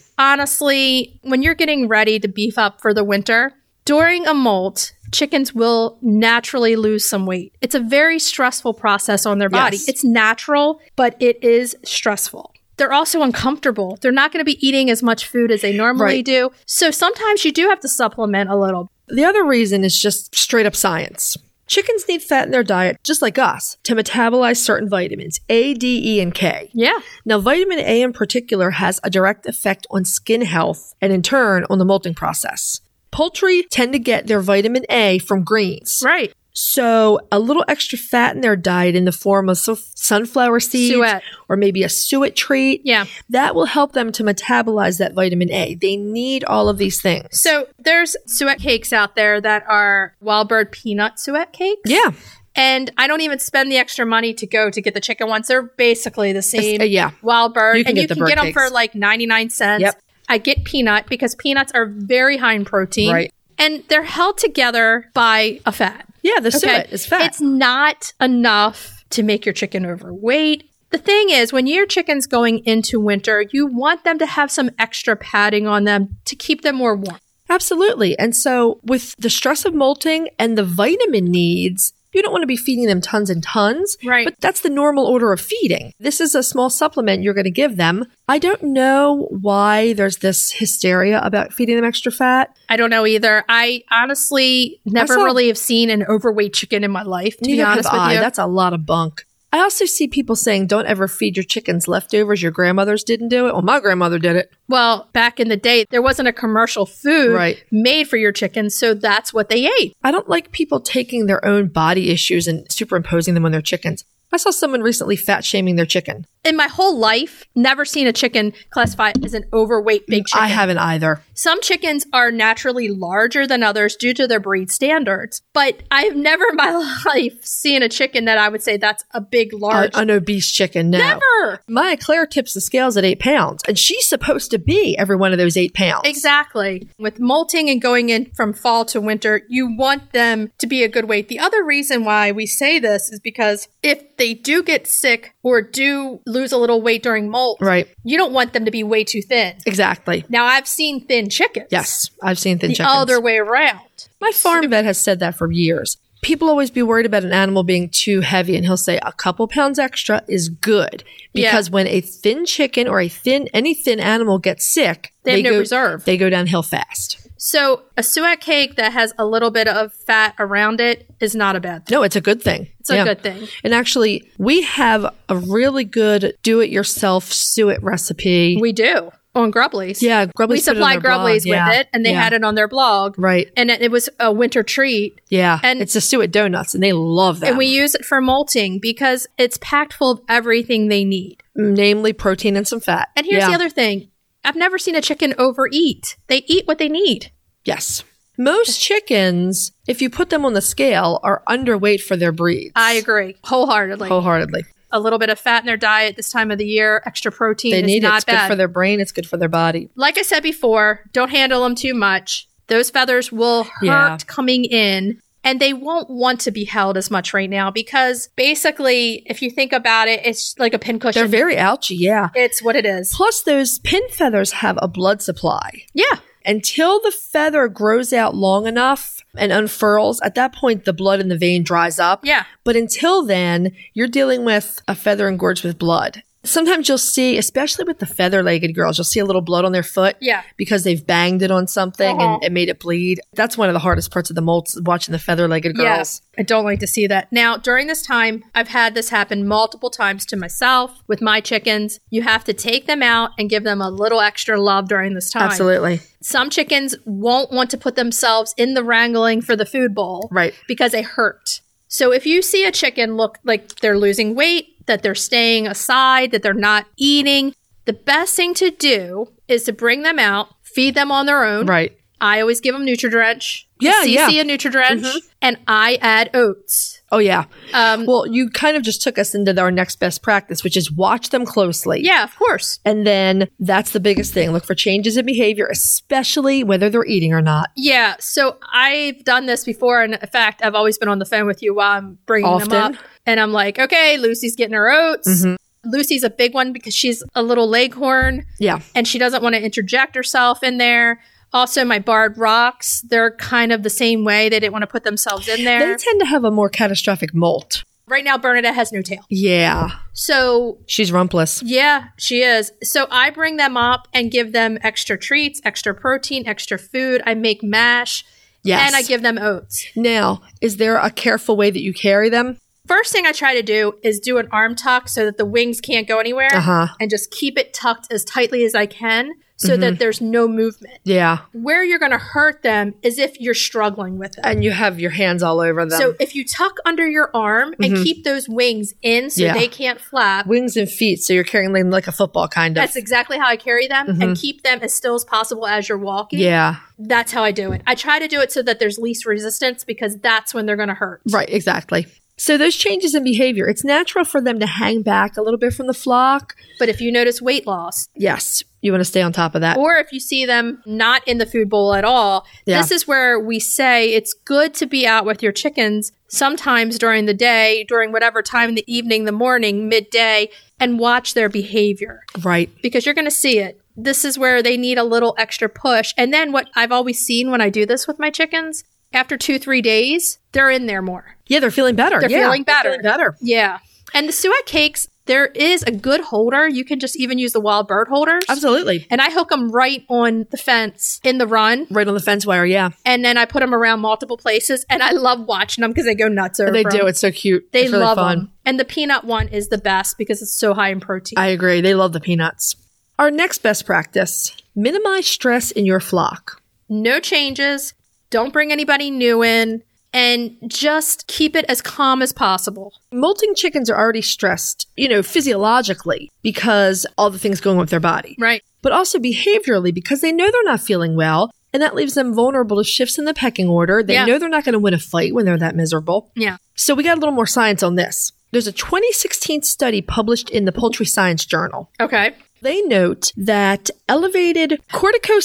Speaker 2: honestly, when you're getting ready to beef up for the winter, during a molt, chickens will naturally lose some weight. It's a very stressful process on their body.
Speaker 3: Yes.
Speaker 2: It's natural, but it is stressful. They're also uncomfortable. They're not going to be eating as much food as they normally
Speaker 3: Right.
Speaker 2: do. So sometimes you do have to supplement a little.
Speaker 3: The other reason is just straight up science. Chickens need fat in their diet, just like us, to metabolize certain vitamins A, D, E, and K.
Speaker 2: Yeah.
Speaker 3: Now, vitamin A in particular has a direct effect on skin health and in turn on the molting process. Poultry tend to get their vitamin A from greens.
Speaker 2: Right.
Speaker 3: So a little extra fat in their diet in the form of su- sunflower seeds
Speaker 2: Suet.
Speaker 3: or maybe a suet treat.
Speaker 2: Yeah.
Speaker 3: That will help them to metabolize that vitamin A. They need all of these things.
Speaker 2: So there's suet cakes out there that are wild bird peanut suet cakes.
Speaker 3: yeah.
Speaker 2: And I don't even spend the extra money to go to get the chicken ones. They're basically the same.
Speaker 3: uh, yeah.
Speaker 2: Wild bird.
Speaker 3: You can
Speaker 2: and
Speaker 3: get
Speaker 2: you
Speaker 3: the
Speaker 2: can
Speaker 3: bird
Speaker 2: get them
Speaker 3: cakes.
Speaker 2: for like 99 cents.
Speaker 3: Yep.
Speaker 2: I get peanut because peanuts are very high in protein.
Speaker 3: Right.
Speaker 2: And they're held together by a fat.
Speaker 3: Yeah, the suet is fat.
Speaker 2: It's not enough to make your chicken overweight. The thing is, when your chicken's going into winter, you want them to have some extra padding on them to keep them more warm.
Speaker 3: Absolutely. And so with the stress of molting and the vitamin needs, You don't want to be feeding them tons and tons,
Speaker 2: Right.
Speaker 3: but that's the normal order of feeding. This is a small supplement you're going to give them. I don't know why there's this hysteria about feeding them extra fat.
Speaker 2: I don't know either. I honestly never
Speaker 3: saw-
Speaker 2: really have seen an overweight chicken in my life, to be
Speaker 3: Neither have
Speaker 2: honest with
Speaker 3: I.
Speaker 2: you.
Speaker 3: That's a lot of bunk. I also see people saying, don't ever feed your chickens leftovers. Your grandmothers didn't do it. Well, my grandmother did it.
Speaker 2: well, back in the day, there wasn't a commercial food
Speaker 3: Right.
Speaker 2: made for your chicken, so that's what they ate.
Speaker 3: I don't like people taking their own body issues and superimposing them on their chickens. I saw someone recently fat shaming their chicken.
Speaker 2: In my whole life, never seen a chicken classified as an overweight big chicken.
Speaker 3: I haven't either.
Speaker 2: Some chickens are naturally larger than others due to their breed standards, but I've never in my life seen a chicken that I would say that's a big,
Speaker 3: An,
Speaker 2: large.
Speaker 3: an obese chicken, no.
Speaker 2: never.
Speaker 3: Maya Claire tips the scales at eight pounds, and she's supposed to be every one of those eight pounds.
Speaker 2: Exactly. With molting and going in from fall to winter, you want them to be a good weight. The other reason why we say this is because if they do get sick or do lose a little weight during molt,
Speaker 3: Right.
Speaker 2: you don't want them to be way too thin.
Speaker 3: Exactly.
Speaker 2: Now, I've seen thin chickens.
Speaker 3: Yes, I've seen thin
Speaker 2: The
Speaker 3: chickens.
Speaker 2: other way around.
Speaker 3: My farm vet has said that for years. People always be worried about an animal being too heavy, and he'll say a couple pounds extra is good
Speaker 2: Yeah.
Speaker 3: because when a thin chicken or a thin any thin animal gets sick,
Speaker 2: They have no
Speaker 3: go,
Speaker 2: reserve.
Speaker 3: They go downhill fast.
Speaker 2: So, a suet cake that has a little bit of fat around it is not a bad thing.
Speaker 3: No, it's a good thing.
Speaker 2: It's a good thing.
Speaker 3: And actually, we have a really good do-it-yourself suet recipe.
Speaker 2: We do on Grublies.
Speaker 3: yeah, Grublies
Speaker 2: We
Speaker 3: put it on
Speaker 2: supplied
Speaker 3: their blog.
Speaker 2: Grublies
Speaker 3: Yeah,
Speaker 2: with it, and they
Speaker 3: yeah.
Speaker 2: had it on their blog.
Speaker 3: right.
Speaker 2: And it, it was a winter treat.
Speaker 3: Yeah,
Speaker 2: and-
Speaker 3: and it's the suet donuts, and they love that.
Speaker 2: And we use it for molting because it's packed full of everything they need.
Speaker 3: Mm, namely protein and some fat.
Speaker 2: And here's
Speaker 3: Yeah.
Speaker 2: the other thing I've never seen a chicken overeat. They eat what they need.
Speaker 3: Yes. Most chickens, if you put them on the scale, are underweight for their breeds.
Speaker 2: I agree wholeheartedly.
Speaker 3: Wholeheartedly.
Speaker 2: A little bit of fat in their diet this time of the year, extra protein
Speaker 3: They
Speaker 2: is
Speaker 3: need it.
Speaker 2: not
Speaker 3: It's
Speaker 2: bad.
Speaker 3: good for their brain. It's good for their body.
Speaker 2: like I said before, don't handle them too much. Those feathers will hurt
Speaker 3: Yeah.
Speaker 2: coming in and they won't want to be held as much right now because basically, if you think about it, it's like a
Speaker 3: They're
Speaker 2: pincushion.
Speaker 3: very ouchy, yeah.
Speaker 2: it's what it is.
Speaker 3: Plus, those pin feathers have a blood supply.
Speaker 2: Yeah.
Speaker 3: Until the feather grows out long enough and unfurls, at that point, the blood in the vein dries up.
Speaker 2: Yeah.
Speaker 3: But until then, you're dealing with a feather engorged with blood. Sometimes you'll see, especially with the feather legged girls, you'll see a little blood on their foot.
Speaker 2: Yeah.
Speaker 3: because they've banged it on something
Speaker 2: Uh-huh.
Speaker 3: and it made it bleed. That's one of the hardest parts of the molts watching the feather legged girls.
Speaker 2: Yeah, I don't like to see that. Now, during this time, I've had this happen multiple times to myself with my chickens. You have to take them out and give them a little extra love during this time.
Speaker 3: Absolutely.
Speaker 2: Some chickens won't want to put themselves in the wrangling for the food bowl
Speaker 3: Right.
Speaker 2: because they hurt. So if you see a chicken look like they're losing weight, that they're staying aside, that they're not eating, the best thing to do is to bring them out, feed them on their own.
Speaker 3: Right.
Speaker 2: I always give them NutriDrench.
Speaker 3: Yeah,
Speaker 2: CC
Speaker 3: yeah.
Speaker 2: and
Speaker 3: Mm-hmm.
Speaker 2: NutriDrench, and I add oats.
Speaker 3: Oh, yeah.
Speaker 2: Um,
Speaker 3: Well, you kind of just took us into our next best practice, which is watch them closely.
Speaker 2: yeah, of course.
Speaker 3: And then that's the biggest thing. Look for changes in behavior, especially whether they're eating or not.
Speaker 2: Yeah, so I've done this before, and in fact, I've always been on the phone with you while I'm bringing them
Speaker 3: Often. Mm-hmm.
Speaker 2: up, and I'm like, okay, Lucy's getting her oats. Lucy's a big one because she's a little leghorn,
Speaker 3: Yeah.
Speaker 2: and she doesn't want to interject herself in there. Also, my barred rocks, they're kind of the same way. They didn't want to put themselves in
Speaker 3: They
Speaker 2: there.
Speaker 3: tend to have a more catastrophic molt.
Speaker 2: right now, Bernadette has no tail.
Speaker 3: Yeah.
Speaker 2: So
Speaker 3: She's rumpless.
Speaker 2: Yeah, she is. So I bring them up and give them extra treats, extra protein, extra food. I make mash
Speaker 3: Yes.
Speaker 2: and I give them oats.
Speaker 3: now, is there a careful way that you carry them?
Speaker 2: First thing I try to do is do an arm tuck so that the wings can't go anywhere
Speaker 3: Uh-huh.
Speaker 2: and just keep it tucked as tightly as I can so
Speaker 3: Mm-hmm.
Speaker 2: that there's no movement.
Speaker 3: Yeah.
Speaker 2: Where you're going to hurt them is if you're struggling with them.
Speaker 3: And you have your hands all over them. Mm-hmm.
Speaker 2: so if you tuck under your arm and keep those wings in so
Speaker 3: Yeah.
Speaker 2: they can't flap,
Speaker 3: wings and feet, so you're carrying them like a football kind of.
Speaker 2: that's exactly how I carry them
Speaker 3: Mm-hmm.
Speaker 2: and keep them as still as possible as you're walking.
Speaker 3: yeah,
Speaker 2: That's how I do it. I try to do it so that there's least resistance because that's when they're going to hurt.
Speaker 3: right, exactly. So those changes in behavior, it's natural for them to hang back a little bit from the flock.
Speaker 2: But if you notice weight loss,
Speaker 3: Yes, you want to stay on top of that.
Speaker 2: or if you see them not in the food bowl at all,
Speaker 3: Yeah.
Speaker 2: this is where we say it's good to be out with your chickens sometimes during the day, during whatever time in the evening, the morning, midday, and watch their behavior
Speaker 3: right.
Speaker 2: because you're going to see it. This is where they need a little extra push. And then what I've always seen when I do this with my chickens, after two, three days, they're in there more.
Speaker 3: Yeah, they're feeling better.
Speaker 2: They're
Speaker 3: Yeah,
Speaker 2: feeling better.
Speaker 3: better.
Speaker 2: Yeah. And the suet cakes, there is a good holder. You can just even use the wild bird holders.
Speaker 3: Absolutely.
Speaker 2: And I hook them right on the fence in the run,
Speaker 3: Right on the fence wire. Yeah.
Speaker 2: and then I put them around multiple places. And I love watching them because they go nuts over.
Speaker 3: They
Speaker 2: 'em.
Speaker 3: do. It's so cute.
Speaker 2: They
Speaker 3: It's really
Speaker 2: love
Speaker 3: fun.
Speaker 2: them. And the peanut one is the best because it's so high in protein.
Speaker 3: I agree. They love the peanuts. Our next best practice minimize stress in your flock.
Speaker 2: no changes. Don't bring anybody new in, and just keep it as calm as possible.
Speaker 3: Molting chickens are already stressed, you know, physiologically because all the things going on with their body,
Speaker 2: Right.
Speaker 3: but also behaviorally because they know they're not feeling well. And that leaves them vulnerable to shifts in the pecking order. They
Speaker 2: Yeah.
Speaker 3: know they're not going to win a fight when they're that miserable.
Speaker 2: Yeah.
Speaker 3: So we got a little more science on this. There's a 2016 study published in the Poultry Science Journal.
Speaker 2: Okay.
Speaker 3: They note that elevated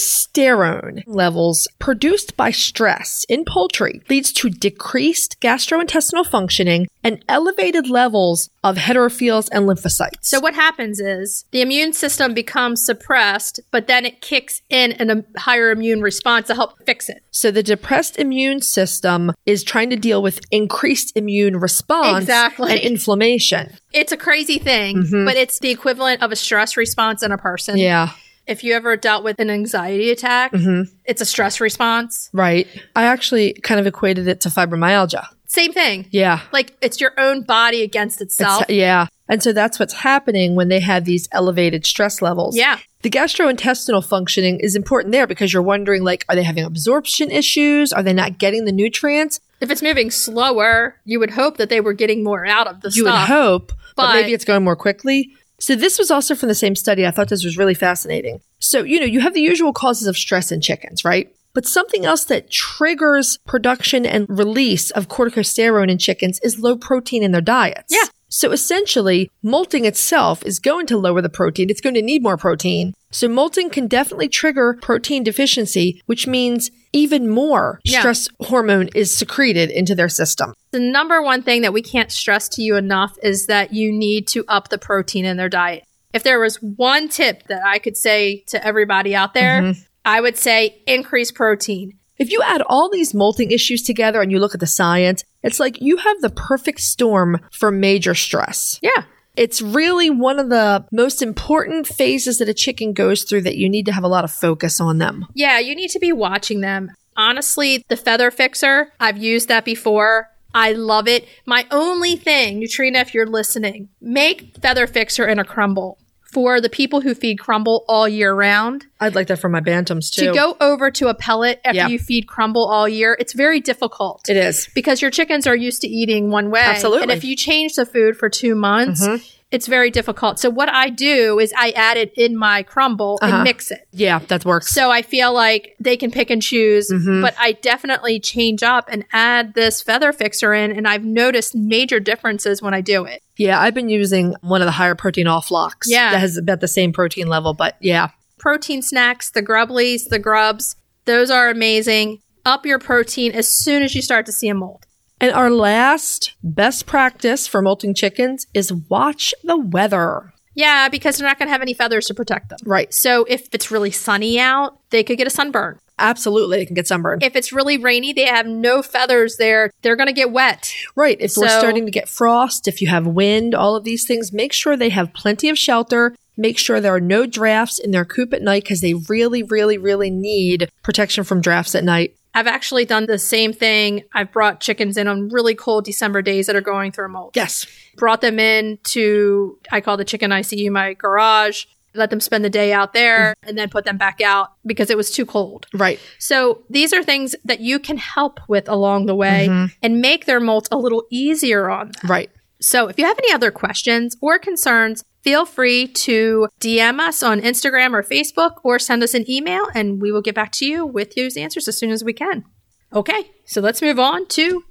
Speaker 3: corticosterone levels produced by stress in poultry leads to decreased gastrointestinal functioning and elevated levels of heterophils and lymphocytes.
Speaker 2: So what happens is the immune system becomes suppressed, but then it kicks in an, a higher immune response to help fix it.
Speaker 3: So the depressed immune system is trying to deal with increased immune response
Speaker 2: Exactly.
Speaker 3: and inflammation.
Speaker 2: It's a crazy thing, but it's the equivalent of a stress response in a person.
Speaker 3: Mm-hmm. Yeah.
Speaker 2: If you ever dealt with an anxiety attack,
Speaker 3: Mm-hmm.
Speaker 2: it's a stress response.
Speaker 3: Right. I actually kind of equated it to fibromyalgia.
Speaker 2: Same thing.
Speaker 3: Yeah.
Speaker 2: Like it's your own body against itself.
Speaker 3: It's- uh, yeah. And so that's what's happening when they have these elevated stress levels.
Speaker 2: Yeah.
Speaker 3: The gastrointestinal functioning is important there because you're wondering like are they having absorption issues? Are they not getting the nutrients?
Speaker 2: if it's moving slower, you would hope that they were getting more out of the
Speaker 3: You would
Speaker 2: stuff.
Speaker 3: hope, but,
Speaker 2: But-
Speaker 3: maybe it's going more quickly. So this was also from the same study. I thought this was really fascinating. So, you know, you have the usual causes of stress in chickens, right? But something else that triggers production and release of corticosterone in chickens is low protein in their diets.
Speaker 2: Yeah.
Speaker 3: So essentially, molting itself is going to lower the protein. It's going to need more protein. So molting can definitely trigger protein deficiency, which means even more
Speaker 2: Yeah.
Speaker 3: stress hormone is secreted into their system.
Speaker 2: The number one thing that we can't stress to you enough is that you need to up the protein in their diet. If there was one tip that I could say to everybody out there, I would say increase protein.
Speaker 3: If you add all these molting issues together and you look at the science, it's like you have the perfect storm for major stress.
Speaker 2: Yeah.
Speaker 3: It's really one of the most important phases that a chicken goes through that you need to have a lot of focus on them.
Speaker 2: Yeah, you need to be watching them. Honestly, the feather fixer, I've used that before. I love it. My only thing, Neutrina, if you're listening, make feather fixer in a crumble for the people who feed crumble all year round.
Speaker 3: I'd like that for my bantams too.
Speaker 2: to go over to a pellet after
Speaker 3: Yeah.
Speaker 2: you feed crumble all year, it's very difficult
Speaker 3: it is.
Speaker 2: because your chickens are used to eating one way.
Speaker 3: Absolutely.
Speaker 2: And if you change the food for two months, it's very difficult. So what I do is I add it in my crumble and mix it.
Speaker 3: Yeah, that works.
Speaker 2: So I feel like they can pick and choose, but I definitely change up and add this feather fixer in. And I've noticed major differences when I do it.
Speaker 3: Yeah, I've been using one of the higher protein all flocks.
Speaker 2: Yeah.
Speaker 3: That has about the same protein level, but yeah.
Speaker 2: protein snacks, the grublies, the grubs, those are amazing. Up your protein as soon as you start to see a mold.
Speaker 3: And our last best practice for molting chickens is watch the weather.
Speaker 2: Yeah, because they're not going to have any feathers to protect them.
Speaker 3: Right.
Speaker 2: So if it's really sunny out, they could get a sunburn.
Speaker 3: Absolutely, they can get sunburned.
Speaker 2: If it's really rainy, they have no feathers there. They're going to get wet.
Speaker 3: Right. If we're
Speaker 2: So-
Speaker 3: starting to get frost, if you have wind, all of these things, make sure they have plenty of shelter. Make sure there are no drafts in their coop at night because they really, really, really need protection from drafts at night.
Speaker 2: I've actually done the same thing. I've brought chickens in on really cold December days that are going through a mold.
Speaker 3: Yes.
Speaker 2: brought them in to I call the chicken ICU my garage, let them spend the day out there, and then put them back out because it was too cold.
Speaker 3: Right.
Speaker 2: So these are things that you can help with along the way and make their molt a little easier on them.
Speaker 3: Right.
Speaker 2: So if you have any other questions or concerns, feel free to DM us on Instagram or Facebook or send us an email and we will get back to you with those answers as soon as we can. Okay, so let's move on to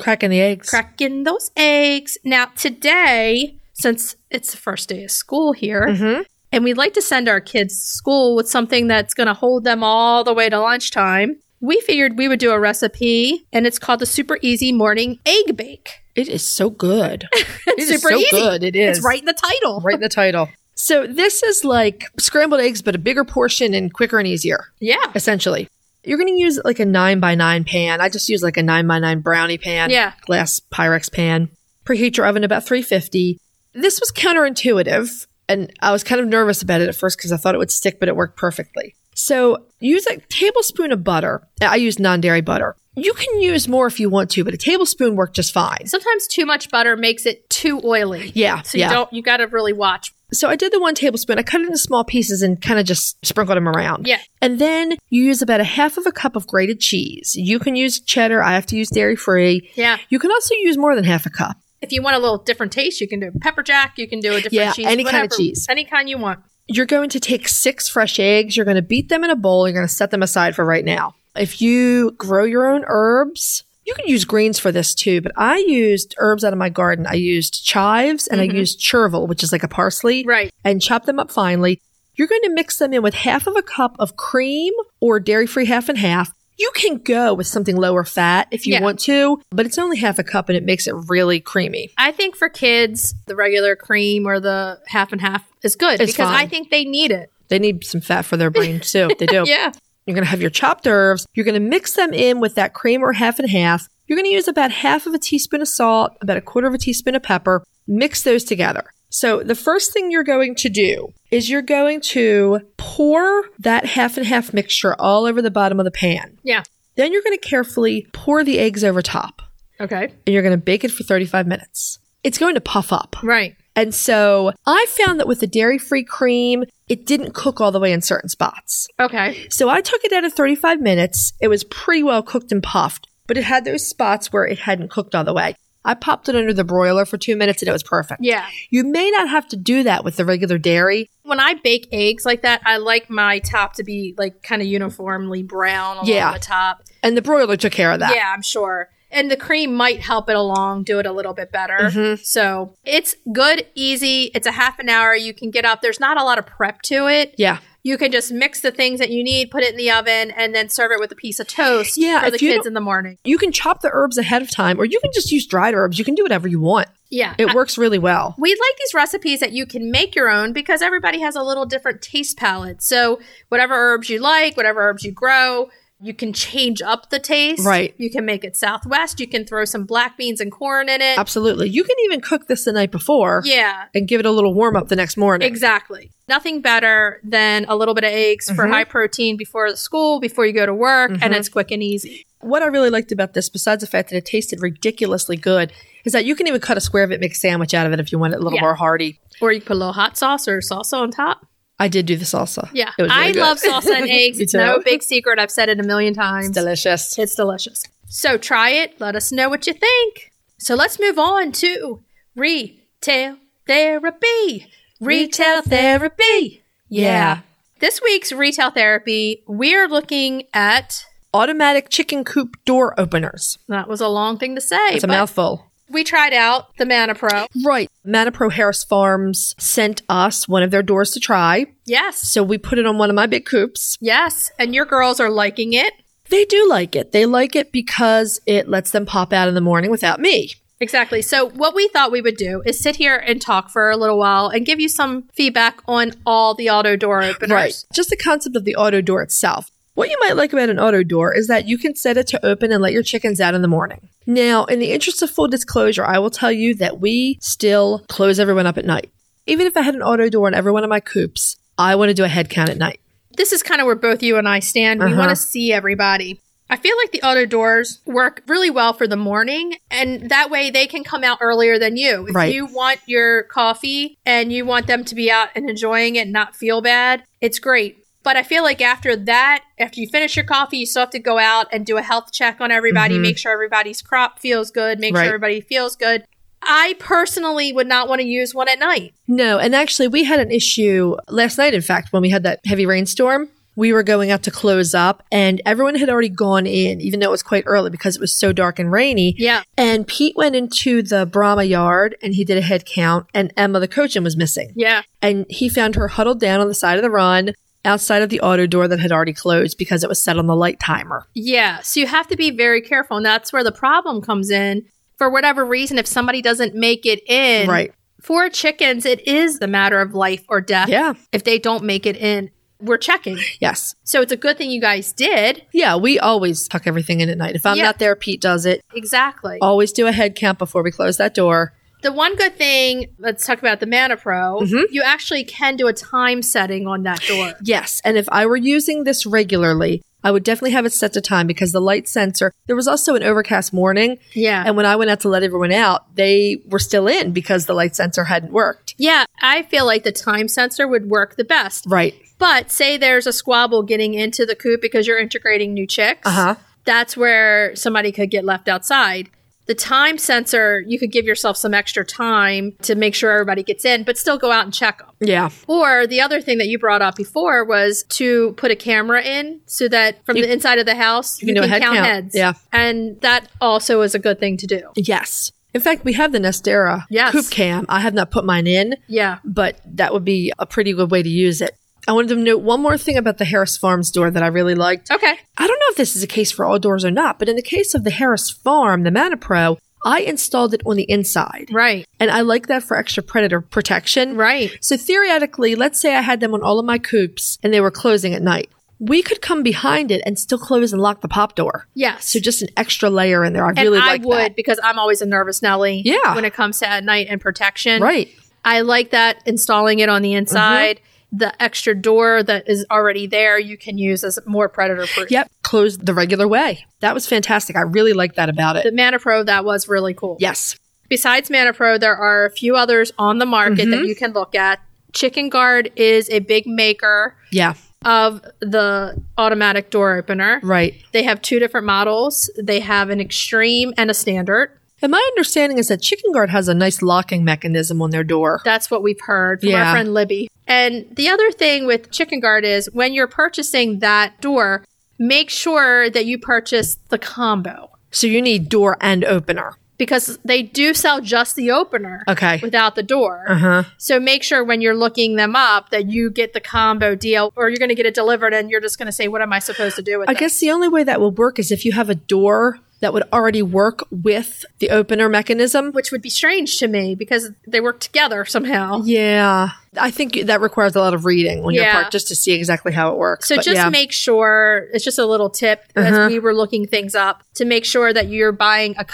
Speaker 3: Cracking the eggs.
Speaker 2: cracking those eggs. Now, today, since it's the first day of school here, and we'd like to send our kids to school with something that's going to hold them all the way to lunchtime, we figured we would do a recipe, and it's called the Super Easy Morning Egg Bake.
Speaker 3: It is so good. It's
Speaker 2: Super
Speaker 3: so
Speaker 2: easy.
Speaker 3: good. It is.
Speaker 2: It's right in the title.
Speaker 3: Right in the title. So this is like scrambled eggs, but a bigger portion and quicker and easier,
Speaker 2: Yeah.
Speaker 3: essentially. You're going to use like a 9 by 9 pan. I just use like a 9 by 9 brownie pan,
Speaker 2: Yeah.
Speaker 3: glass Pyrex pan. Preheat your oven about 350. This was counterintuitive, and I was kind of nervous about it at first because I thought it would stick, but it worked perfectly. So use a tablespoon of butter. I use non dairy butter. You can use more if you want to, but a tablespoon worked just fine.
Speaker 2: Sometimes too much butter makes it too oily.
Speaker 3: Yeah,
Speaker 2: So
Speaker 3: yeah.
Speaker 2: you don't you gotta really watch.
Speaker 3: So I did the one tablespoon. I cut it into small pieces and kind of just sprinkled them around.
Speaker 2: Yeah.
Speaker 3: And then you use about a half of a cup of grated cheese. You can use cheddar. I have to use dairy free.
Speaker 2: Yeah.
Speaker 3: You can also use more than half a cup.
Speaker 2: If you want a little different taste, you can do pepper jack, you can do a different
Speaker 3: Yeah,
Speaker 2: cheese.
Speaker 3: any kind of
Speaker 2: whatever-
Speaker 3: cheese.
Speaker 2: Any kind you want.
Speaker 3: You're going to take six fresh eggs. You're going to beat them in a bowl. You're going to set them aside for right now. If you grow your own herbs, you can use greens for this too, but I used herbs out of my garden. I used chives and I used chervil, which is like a parsley.
Speaker 2: Right.
Speaker 3: and chop them up finely. You're going to mix them in with half of a cup of cream or dairy free half and half. You can go with something lower fat if you
Speaker 2: Yeah.
Speaker 3: want to, but it's only half a cup and it makes it really creamy.
Speaker 2: I think for kids, the regular cream or the half and half is good
Speaker 3: It's
Speaker 2: because I
Speaker 3: fine.
Speaker 2: think they need it.
Speaker 3: They need some fat for their brain too. They do.
Speaker 2: Yeah.
Speaker 3: You're going to have your chopped herbs. You're going to mix them in with that cream or half and half. You're going to use about half of a teaspoon of salt, about a quarter of a teaspoon of pepper. Mix those together. So, the first thing you're going to do is you're going to pour that half and half mixture all over the bottom of the pan.
Speaker 2: Yeah.
Speaker 3: Then you're going to carefully pour the eggs over top
Speaker 2: Okay.
Speaker 3: and you're going to bake it for 35 minutes. It's going to puff up.
Speaker 2: Right.
Speaker 3: And so, I found that with the dairy free cream, it didn't cook all the way in certain spots.
Speaker 2: Okay.
Speaker 3: So I took it out of 35 minutes. It was pretty well cooked and puffed, but it had those spots where it hadn't cooked all the way. I popped it under the broiler for two minutes and it was perfect.
Speaker 2: Yeah.
Speaker 3: You may not have to do that with the regular dairy.
Speaker 2: When I bake eggs like that, I like my top to be like kind of uniformly brown along
Speaker 3: Yeah.
Speaker 2: the top.
Speaker 3: And the broiler took care of that.
Speaker 2: Yeah, I'm sure. And the cream might help it along, do it a little bit better.
Speaker 3: Mm-hmm.
Speaker 2: So it's good, easy. It's a half an hour. You can get up. There's not a lot of prep to it.
Speaker 3: Yeah.
Speaker 2: You can just mix the things that you need, put it in the oven, and then serve it with a piece of toast
Speaker 3: Yeah,
Speaker 2: for the
Speaker 3: if you
Speaker 2: kids
Speaker 3: don't-
Speaker 2: in the morning.
Speaker 3: You can chop the herbs ahead of time or you can just use dried herbs. You can do whatever you want.
Speaker 2: Yeah.
Speaker 3: It works really well.
Speaker 2: we like these recipes that you can make your own because everybody has a little different taste palette. So, whatever herbs you like, whatever herbs you grow, you can change up the taste.
Speaker 3: Right.
Speaker 2: You can make it Southwest. You can throw some black beans and corn in it.
Speaker 3: Absolutely. You can even cook this the night before
Speaker 2: Yeah,
Speaker 3: and give it a little warm up the next morning.
Speaker 2: exactly. Nothing better than a little bit of eggs for
Speaker 3: Mm-hmm.
Speaker 2: high protein before the school, before you go to work, and it's quick and easy.
Speaker 3: What I really liked about this, besides the fact that it tasted ridiculously good, is that you can even cut a square of it, make a sandwich out of it if you want it a little
Speaker 2: Yeah.
Speaker 3: more hearty.
Speaker 2: Or you put a little hot sauce or salsa on top.
Speaker 3: I did do the salsa.
Speaker 2: Yeah.
Speaker 3: It was really
Speaker 2: I
Speaker 3: good.
Speaker 2: love salsa and eggs.
Speaker 3: Me
Speaker 2: it's no
Speaker 3: too.
Speaker 2: big secret. I've said it a million times.
Speaker 3: Delicious.
Speaker 2: It's delicious. So try it. Let us know what you think. So let's move on to retail therapy. Retail therapy.
Speaker 3: Yeah.
Speaker 2: This week's retail therapy, we're looking at
Speaker 3: Automatic chicken coop door openers.
Speaker 2: that was a long thing to say.
Speaker 3: It's a
Speaker 2: but
Speaker 3: mouthful.
Speaker 2: We tried out the Manapro.
Speaker 3: Right. Manapro Harris Farms sent us one of their doors to try.
Speaker 2: Yes.
Speaker 3: So we put it on one of my big coops.
Speaker 2: Yes. And your girls are liking it.
Speaker 3: They do like it. They like it because it lets them pop out in the morning without me.
Speaker 2: Exactly. So, what we thought we would do is sit here and talk for a little while and give you some feedback on all the auto door openers.
Speaker 3: Right. Just the concept of the auto door itself. What you might like about an auto door is that you can set it to open and let your chickens out in the morning. Now, in the interest of full disclosure, I will tell you that we still close everyone up at night. Even if I had an auto door in every one of my coops, I want to do a head count at night.
Speaker 2: this is kind of where both you and I stand. We
Speaker 3: Uh-huh.
Speaker 2: want to see everybody. I feel like the auto doors work really well for the morning, and that way they can come out earlier than you. If
Speaker 3: Right.
Speaker 2: you want your coffee and you want them to be out and enjoying it and not feel bad, it's great. But I feel like after that, after you finish your coffee, you still have to go out and do a health check on everybody, make sure everybody's crop feels good, make
Speaker 3: Mm-hmm. Right.
Speaker 2: sure everybody feels good. I personally would not want to use one at night.
Speaker 3: No, and actually, we had an issue last night, in fact, when we had that heavy rainstorm. We were going out to close up, and everyone had already gone in, even though it was quite early because it was so dark and rainy.
Speaker 2: Yeah.
Speaker 3: And Pete went into the Brahma yard and he did a head count, and Emma, the coachin, was missing.
Speaker 2: Yeah.
Speaker 3: And he found her huddled down on the side of the run outside of the auto door that had already closed because it was set on the light timer.
Speaker 2: Yeah. So you have to be very careful. And that's where the problem comes in. For whatever reason, if somebody doesn't make it in,
Speaker 3: Right.
Speaker 2: for chickens, it is the matter of life or death
Speaker 3: Yeah.
Speaker 2: if they don't make it in. we're checking.
Speaker 3: Yes.
Speaker 2: So it's a good thing you guys did.
Speaker 3: Yeah, we always tuck everything in at night. If I'm
Speaker 2: Yeah.
Speaker 3: not there, Pete does it.
Speaker 2: Exactly.
Speaker 3: Always do a head count before we close that door.
Speaker 2: The one good thing, let's talk about the Mana Pro.
Speaker 3: Mm-hmm.
Speaker 2: You actually can do a time setting on that door.
Speaker 3: Yes. And if I were using this regularly, I would definitely have it set to time because the light sensor, there was also an overcast morning.
Speaker 2: Yeah.
Speaker 3: And when I went out to let everyone out, they were still in because the light sensor hadn't worked.
Speaker 2: yeah, I feel like the time sensor would work the best.
Speaker 3: Right.
Speaker 2: But say there's a squabble getting into the coop because you're integrating new chicks.
Speaker 3: Uh-huh.
Speaker 2: That's where somebody could get left outside. The time sensor, you could give yourself some extra time to make sure everybody gets in, but still go out and check them.
Speaker 3: Yeah.
Speaker 2: Or the other thing that you brought up before was to put a camera in so that from the inside of the house you,
Speaker 3: can do a
Speaker 2: can
Speaker 3: head
Speaker 2: count,
Speaker 3: count.
Speaker 2: heads.
Speaker 3: Yeah.
Speaker 2: And that also is a good thing to do.
Speaker 3: Yes. In fact, we have the Nestera
Speaker 2: Yes.
Speaker 3: coop cam. I have not put mine in,
Speaker 2: Yeah.
Speaker 3: but that would be a pretty good way to use it. I wanted to note one more thing about the Harris Farms door that I really liked.
Speaker 2: Okay.
Speaker 3: I don't know if this is a case for all doors or not, but in the case of the Harris Farm, the Mana Pro, I installed it on the inside.
Speaker 2: Right.
Speaker 3: And I like that for extra predator protection.
Speaker 2: Right.
Speaker 3: So theoretically, let's say I had them on all of my coops and they were closing at night. We could come behind it and still close and lock the pop door.
Speaker 2: Yes.
Speaker 3: So just an extra layer in there. I
Speaker 2: and
Speaker 3: really
Speaker 2: I
Speaker 3: like
Speaker 2: would
Speaker 3: that.
Speaker 2: because I'm always a nervous Nelly
Speaker 3: Yeah.
Speaker 2: when it comes to at night and protection.
Speaker 3: Right.
Speaker 2: I like that installing it on the inside. The extra door that is already there you can use as more predator proof.
Speaker 3: Yep. Close the regular way. That was fantastic. I really like that about it.
Speaker 2: The Mana Pro, that was really cool.
Speaker 3: yes.
Speaker 2: besides Mana Pro, there are a few others on the market that you can look at. Chicken Guard is a big maker
Speaker 3: Yeah.
Speaker 2: of the automatic door opener.
Speaker 3: Right.
Speaker 2: They have two different models. They have an extreme and a standard.
Speaker 3: And my understanding is that Chicken Guard has a nice locking mechanism on their door.
Speaker 2: That's what we've heard from our
Speaker 3: Yeah.
Speaker 2: friend Libby. And the other thing with Chicken Guard is when you're purchasing that door, make sure that you purchase the combo
Speaker 3: So you need door and opener.
Speaker 2: because they do sell just the opener
Speaker 3: Okay.
Speaker 2: without the door.
Speaker 3: Uh-huh.
Speaker 2: So make sure when you're looking them up that you get the combo deal or you're going to get it delivered and you're just going to say, what am I supposed to do with
Speaker 3: I
Speaker 2: this?
Speaker 3: guess the only way that would work is if you have a door that would already work with the opener mechanism.
Speaker 2: Which would be strange to me because they work together somehow.
Speaker 3: Yeah. I think that requires a lot of reading on
Speaker 2: Yeah.
Speaker 3: your part just to see exactly how it works.
Speaker 2: So
Speaker 3: But
Speaker 2: just
Speaker 3: yeah. Uh-huh.
Speaker 2: make sure, it's just a little tip as we were looking things up to make sure that you're buying a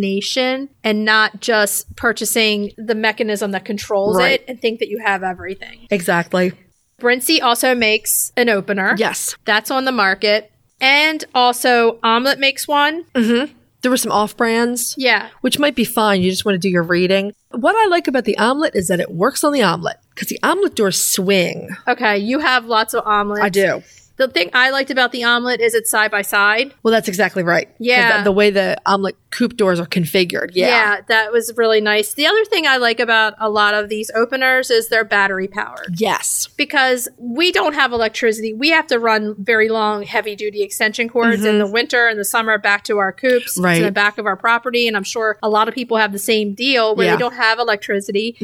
Speaker 2: combination and not just purchasing the mechanism that controls
Speaker 3: Right.
Speaker 2: it and think that you have everything.
Speaker 3: Exactly.
Speaker 2: Brincy also makes an opener.
Speaker 3: Yes.
Speaker 2: That's on the market. And also Omelette makes one.
Speaker 3: Mm-hmm. There were some off brands.
Speaker 2: Yeah.
Speaker 3: Which might be fine. You just want to do your reading. What I like about the omelet is that it works on the omelet because the omelet doors swing.
Speaker 2: Okay, you have lots of omelets.
Speaker 3: I do.
Speaker 2: The thing I liked about the omelet is it's side by side.
Speaker 3: Well, that's exactly right. 'Cause
Speaker 2: Yeah.
Speaker 3: The, the way the omelet coop doors are configured. Yeah.
Speaker 2: that was really nice. The other thing I like about a lot of these openers is they're battery powered
Speaker 3: Yes.
Speaker 2: because we don't have electricity. We have to run very long, heavy duty extension cords in the winter and the summer back to our coops,
Speaker 3: Mm-hmm. Right.
Speaker 2: to the back of our property. And I'm sure a lot of people have the same deal where
Speaker 3: Yeah. Mm-hmm.
Speaker 2: they don't have electricity.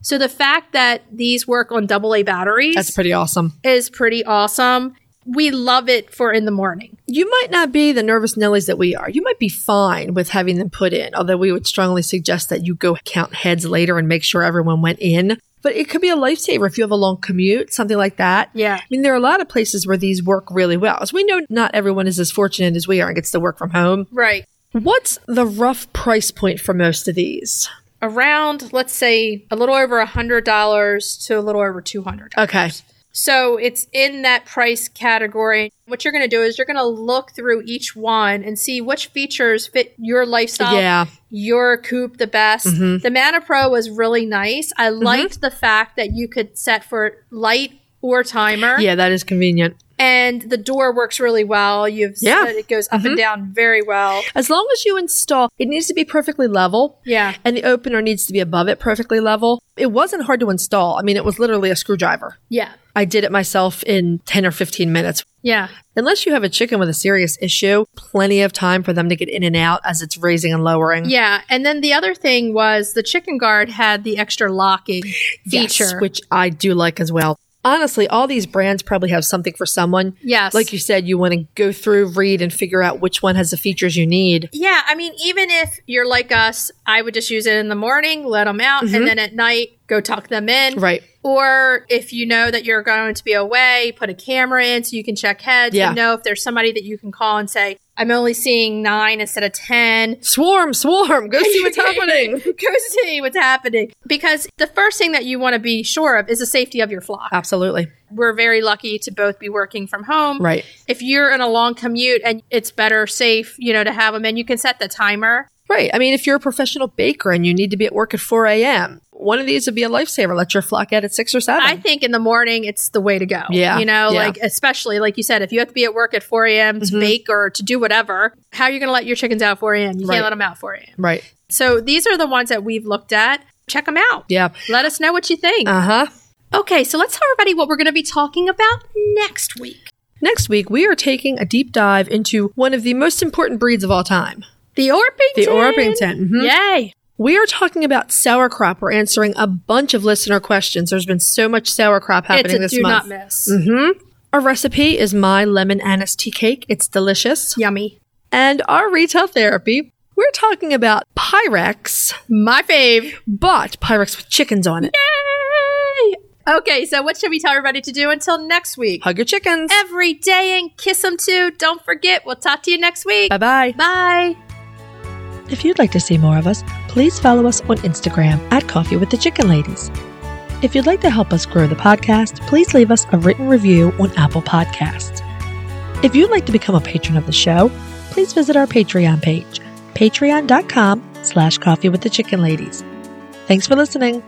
Speaker 2: So the fact that these work on AA batteries
Speaker 3: That's pretty awesome.
Speaker 2: is pretty awesome. We love it for in the morning.
Speaker 3: You might not be the nervous Nellies that we are. You might be fine with having them put in, although we would strongly suggest that you go count heads later and make sure everyone went in. But it could be a lifesaver if you have a long commute, something like that.
Speaker 2: Yeah.
Speaker 3: I mean, there are a lot of places where these work really well. As we know, not everyone is as fortunate as we are and gets to work from home.
Speaker 2: Right.
Speaker 3: What's the rough price point for most of these?
Speaker 2: Around, let's say, a little over a $100 to a little over 200
Speaker 3: Okay.
Speaker 2: So it's in that price category. What you're going to do is you're going to look through each one and see which features fit your lifestyle,
Speaker 3: Yeah. Mm-hmm.
Speaker 2: your coupe the best. The Mana Pro was really nice. I liked the fact that you could set for light or timer.
Speaker 3: Yeah, that is convenient.
Speaker 2: And the door works really well. You've
Speaker 3: Yeah. Mm-hmm.
Speaker 2: said it goes up and down very well.
Speaker 3: As long as you install, it needs to be perfectly level.
Speaker 2: Yeah.
Speaker 3: and the opener needs to be above it perfectly level. It wasn't hard to install. I mean, it was literally a screwdriver.
Speaker 2: Yeah.
Speaker 3: I did it myself in 10 or 15 minutes.
Speaker 2: Yeah.
Speaker 3: Unless you have a chicken with a serious issue, plenty of time for them to get in and out as it's raising and lowering.
Speaker 2: Yeah, and then the other thing was the chicken guard had the extra locking
Speaker 3: Yes,
Speaker 2: feature.
Speaker 3: which I do like as well. Honestly, all these brands probably have something for someone.
Speaker 2: Yes.
Speaker 3: Like you said, you want to go through, read, and figure out which one has the features you need.
Speaker 2: yeah, I mean, even if you're like us, I would just use it in the morning, let them out, and then at night go tuck them in.
Speaker 3: Mm-hmm. Right.
Speaker 2: Or if you know that you're going to be away, put a camera in so you can check heads
Speaker 3: Yeah.
Speaker 2: and know if there's somebody that you can call and say, I'm only seeing nine instead of 10.
Speaker 3: Swarm, swarm, go see what's happening.
Speaker 2: Go see what's happening. Because the first thing that you want to be sure of is the safety of your flock.
Speaker 3: Absolutely.
Speaker 2: We're very lucky to both be working from home.
Speaker 3: Right.
Speaker 2: If you're in a long commute and it's better safe, you know, to have them and you can set the timer.
Speaker 3: Right. I mean, if you're a professional baker and you need to be at work at 4 a.m., one of these would be a lifesaver. Let your flock out at 6 or 7.
Speaker 2: I think in the morning it's the way to go.
Speaker 3: Yeah,
Speaker 2: You know,
Speaker 3: yeah. Mm-hmm.
Speaker 2: like especially like you said, if you have to be at work at 4 a.m. to bake or to do whatever, how are you going to let your chickens out at 4 a.m.? You
Speaker 3: Right.
Speaker 2: can't let them out at 4 a.m.
Speaker 3: right.
Speaker 2: So these are the ones that we've looked at. Check them out.
Speaker 3: Yeah.
Speaker 2: Let us know what you think.
Speaker 3: Uh huh.
Speaker 2: okay, so let's tell everybody what we're going to be talking about next week.
Speaker 3: Next week, we are taking a deep dive into one of the most important breeds of all time
Speaker 2: The Orpington.
Speaker 3: the Orpington. Mhm.
Speaker 2: Yay.
Speaker 3: We are talking about sauerkraut. We're answering a bunch of listener questions. There's been so much sauerkraut happening
Speaker 2: It's a
Speaker 3: this
Speaker 2: do
Speaker 3: month.
Speaker 2: not miss.
Speaker 3: hmm Our recipe is my lemon anise tea cake. It's delicious.
Speaker 2: Yummy.
Speaker 3: And our retail therapy, we're talking about Pyrex,
Speaker 2: My fave.
Speaker 3: but Pyrex with chickens on it.
Speaker 2: Yay. Okay, so what should we tell everybody to do until next week?
Speaker 3: Hug your chickens.
Speaker 2: every day and kiss them too. Don't forget. We'll talk to you next week.
Speaker 3: Bye bye.
Speaker 2: Bye.
Speaker 4: If you'd like to see more of us, please follow us on Instagram at Coffee with the Chicken Ladies. If you'd like to help us grow the podcast, please leave us a written review on Apple Podcasts. If you'd like to become a patron of the show, please visit our Patreon page, patreon.com slash coffee with the chicken ladies. Thanks for listening.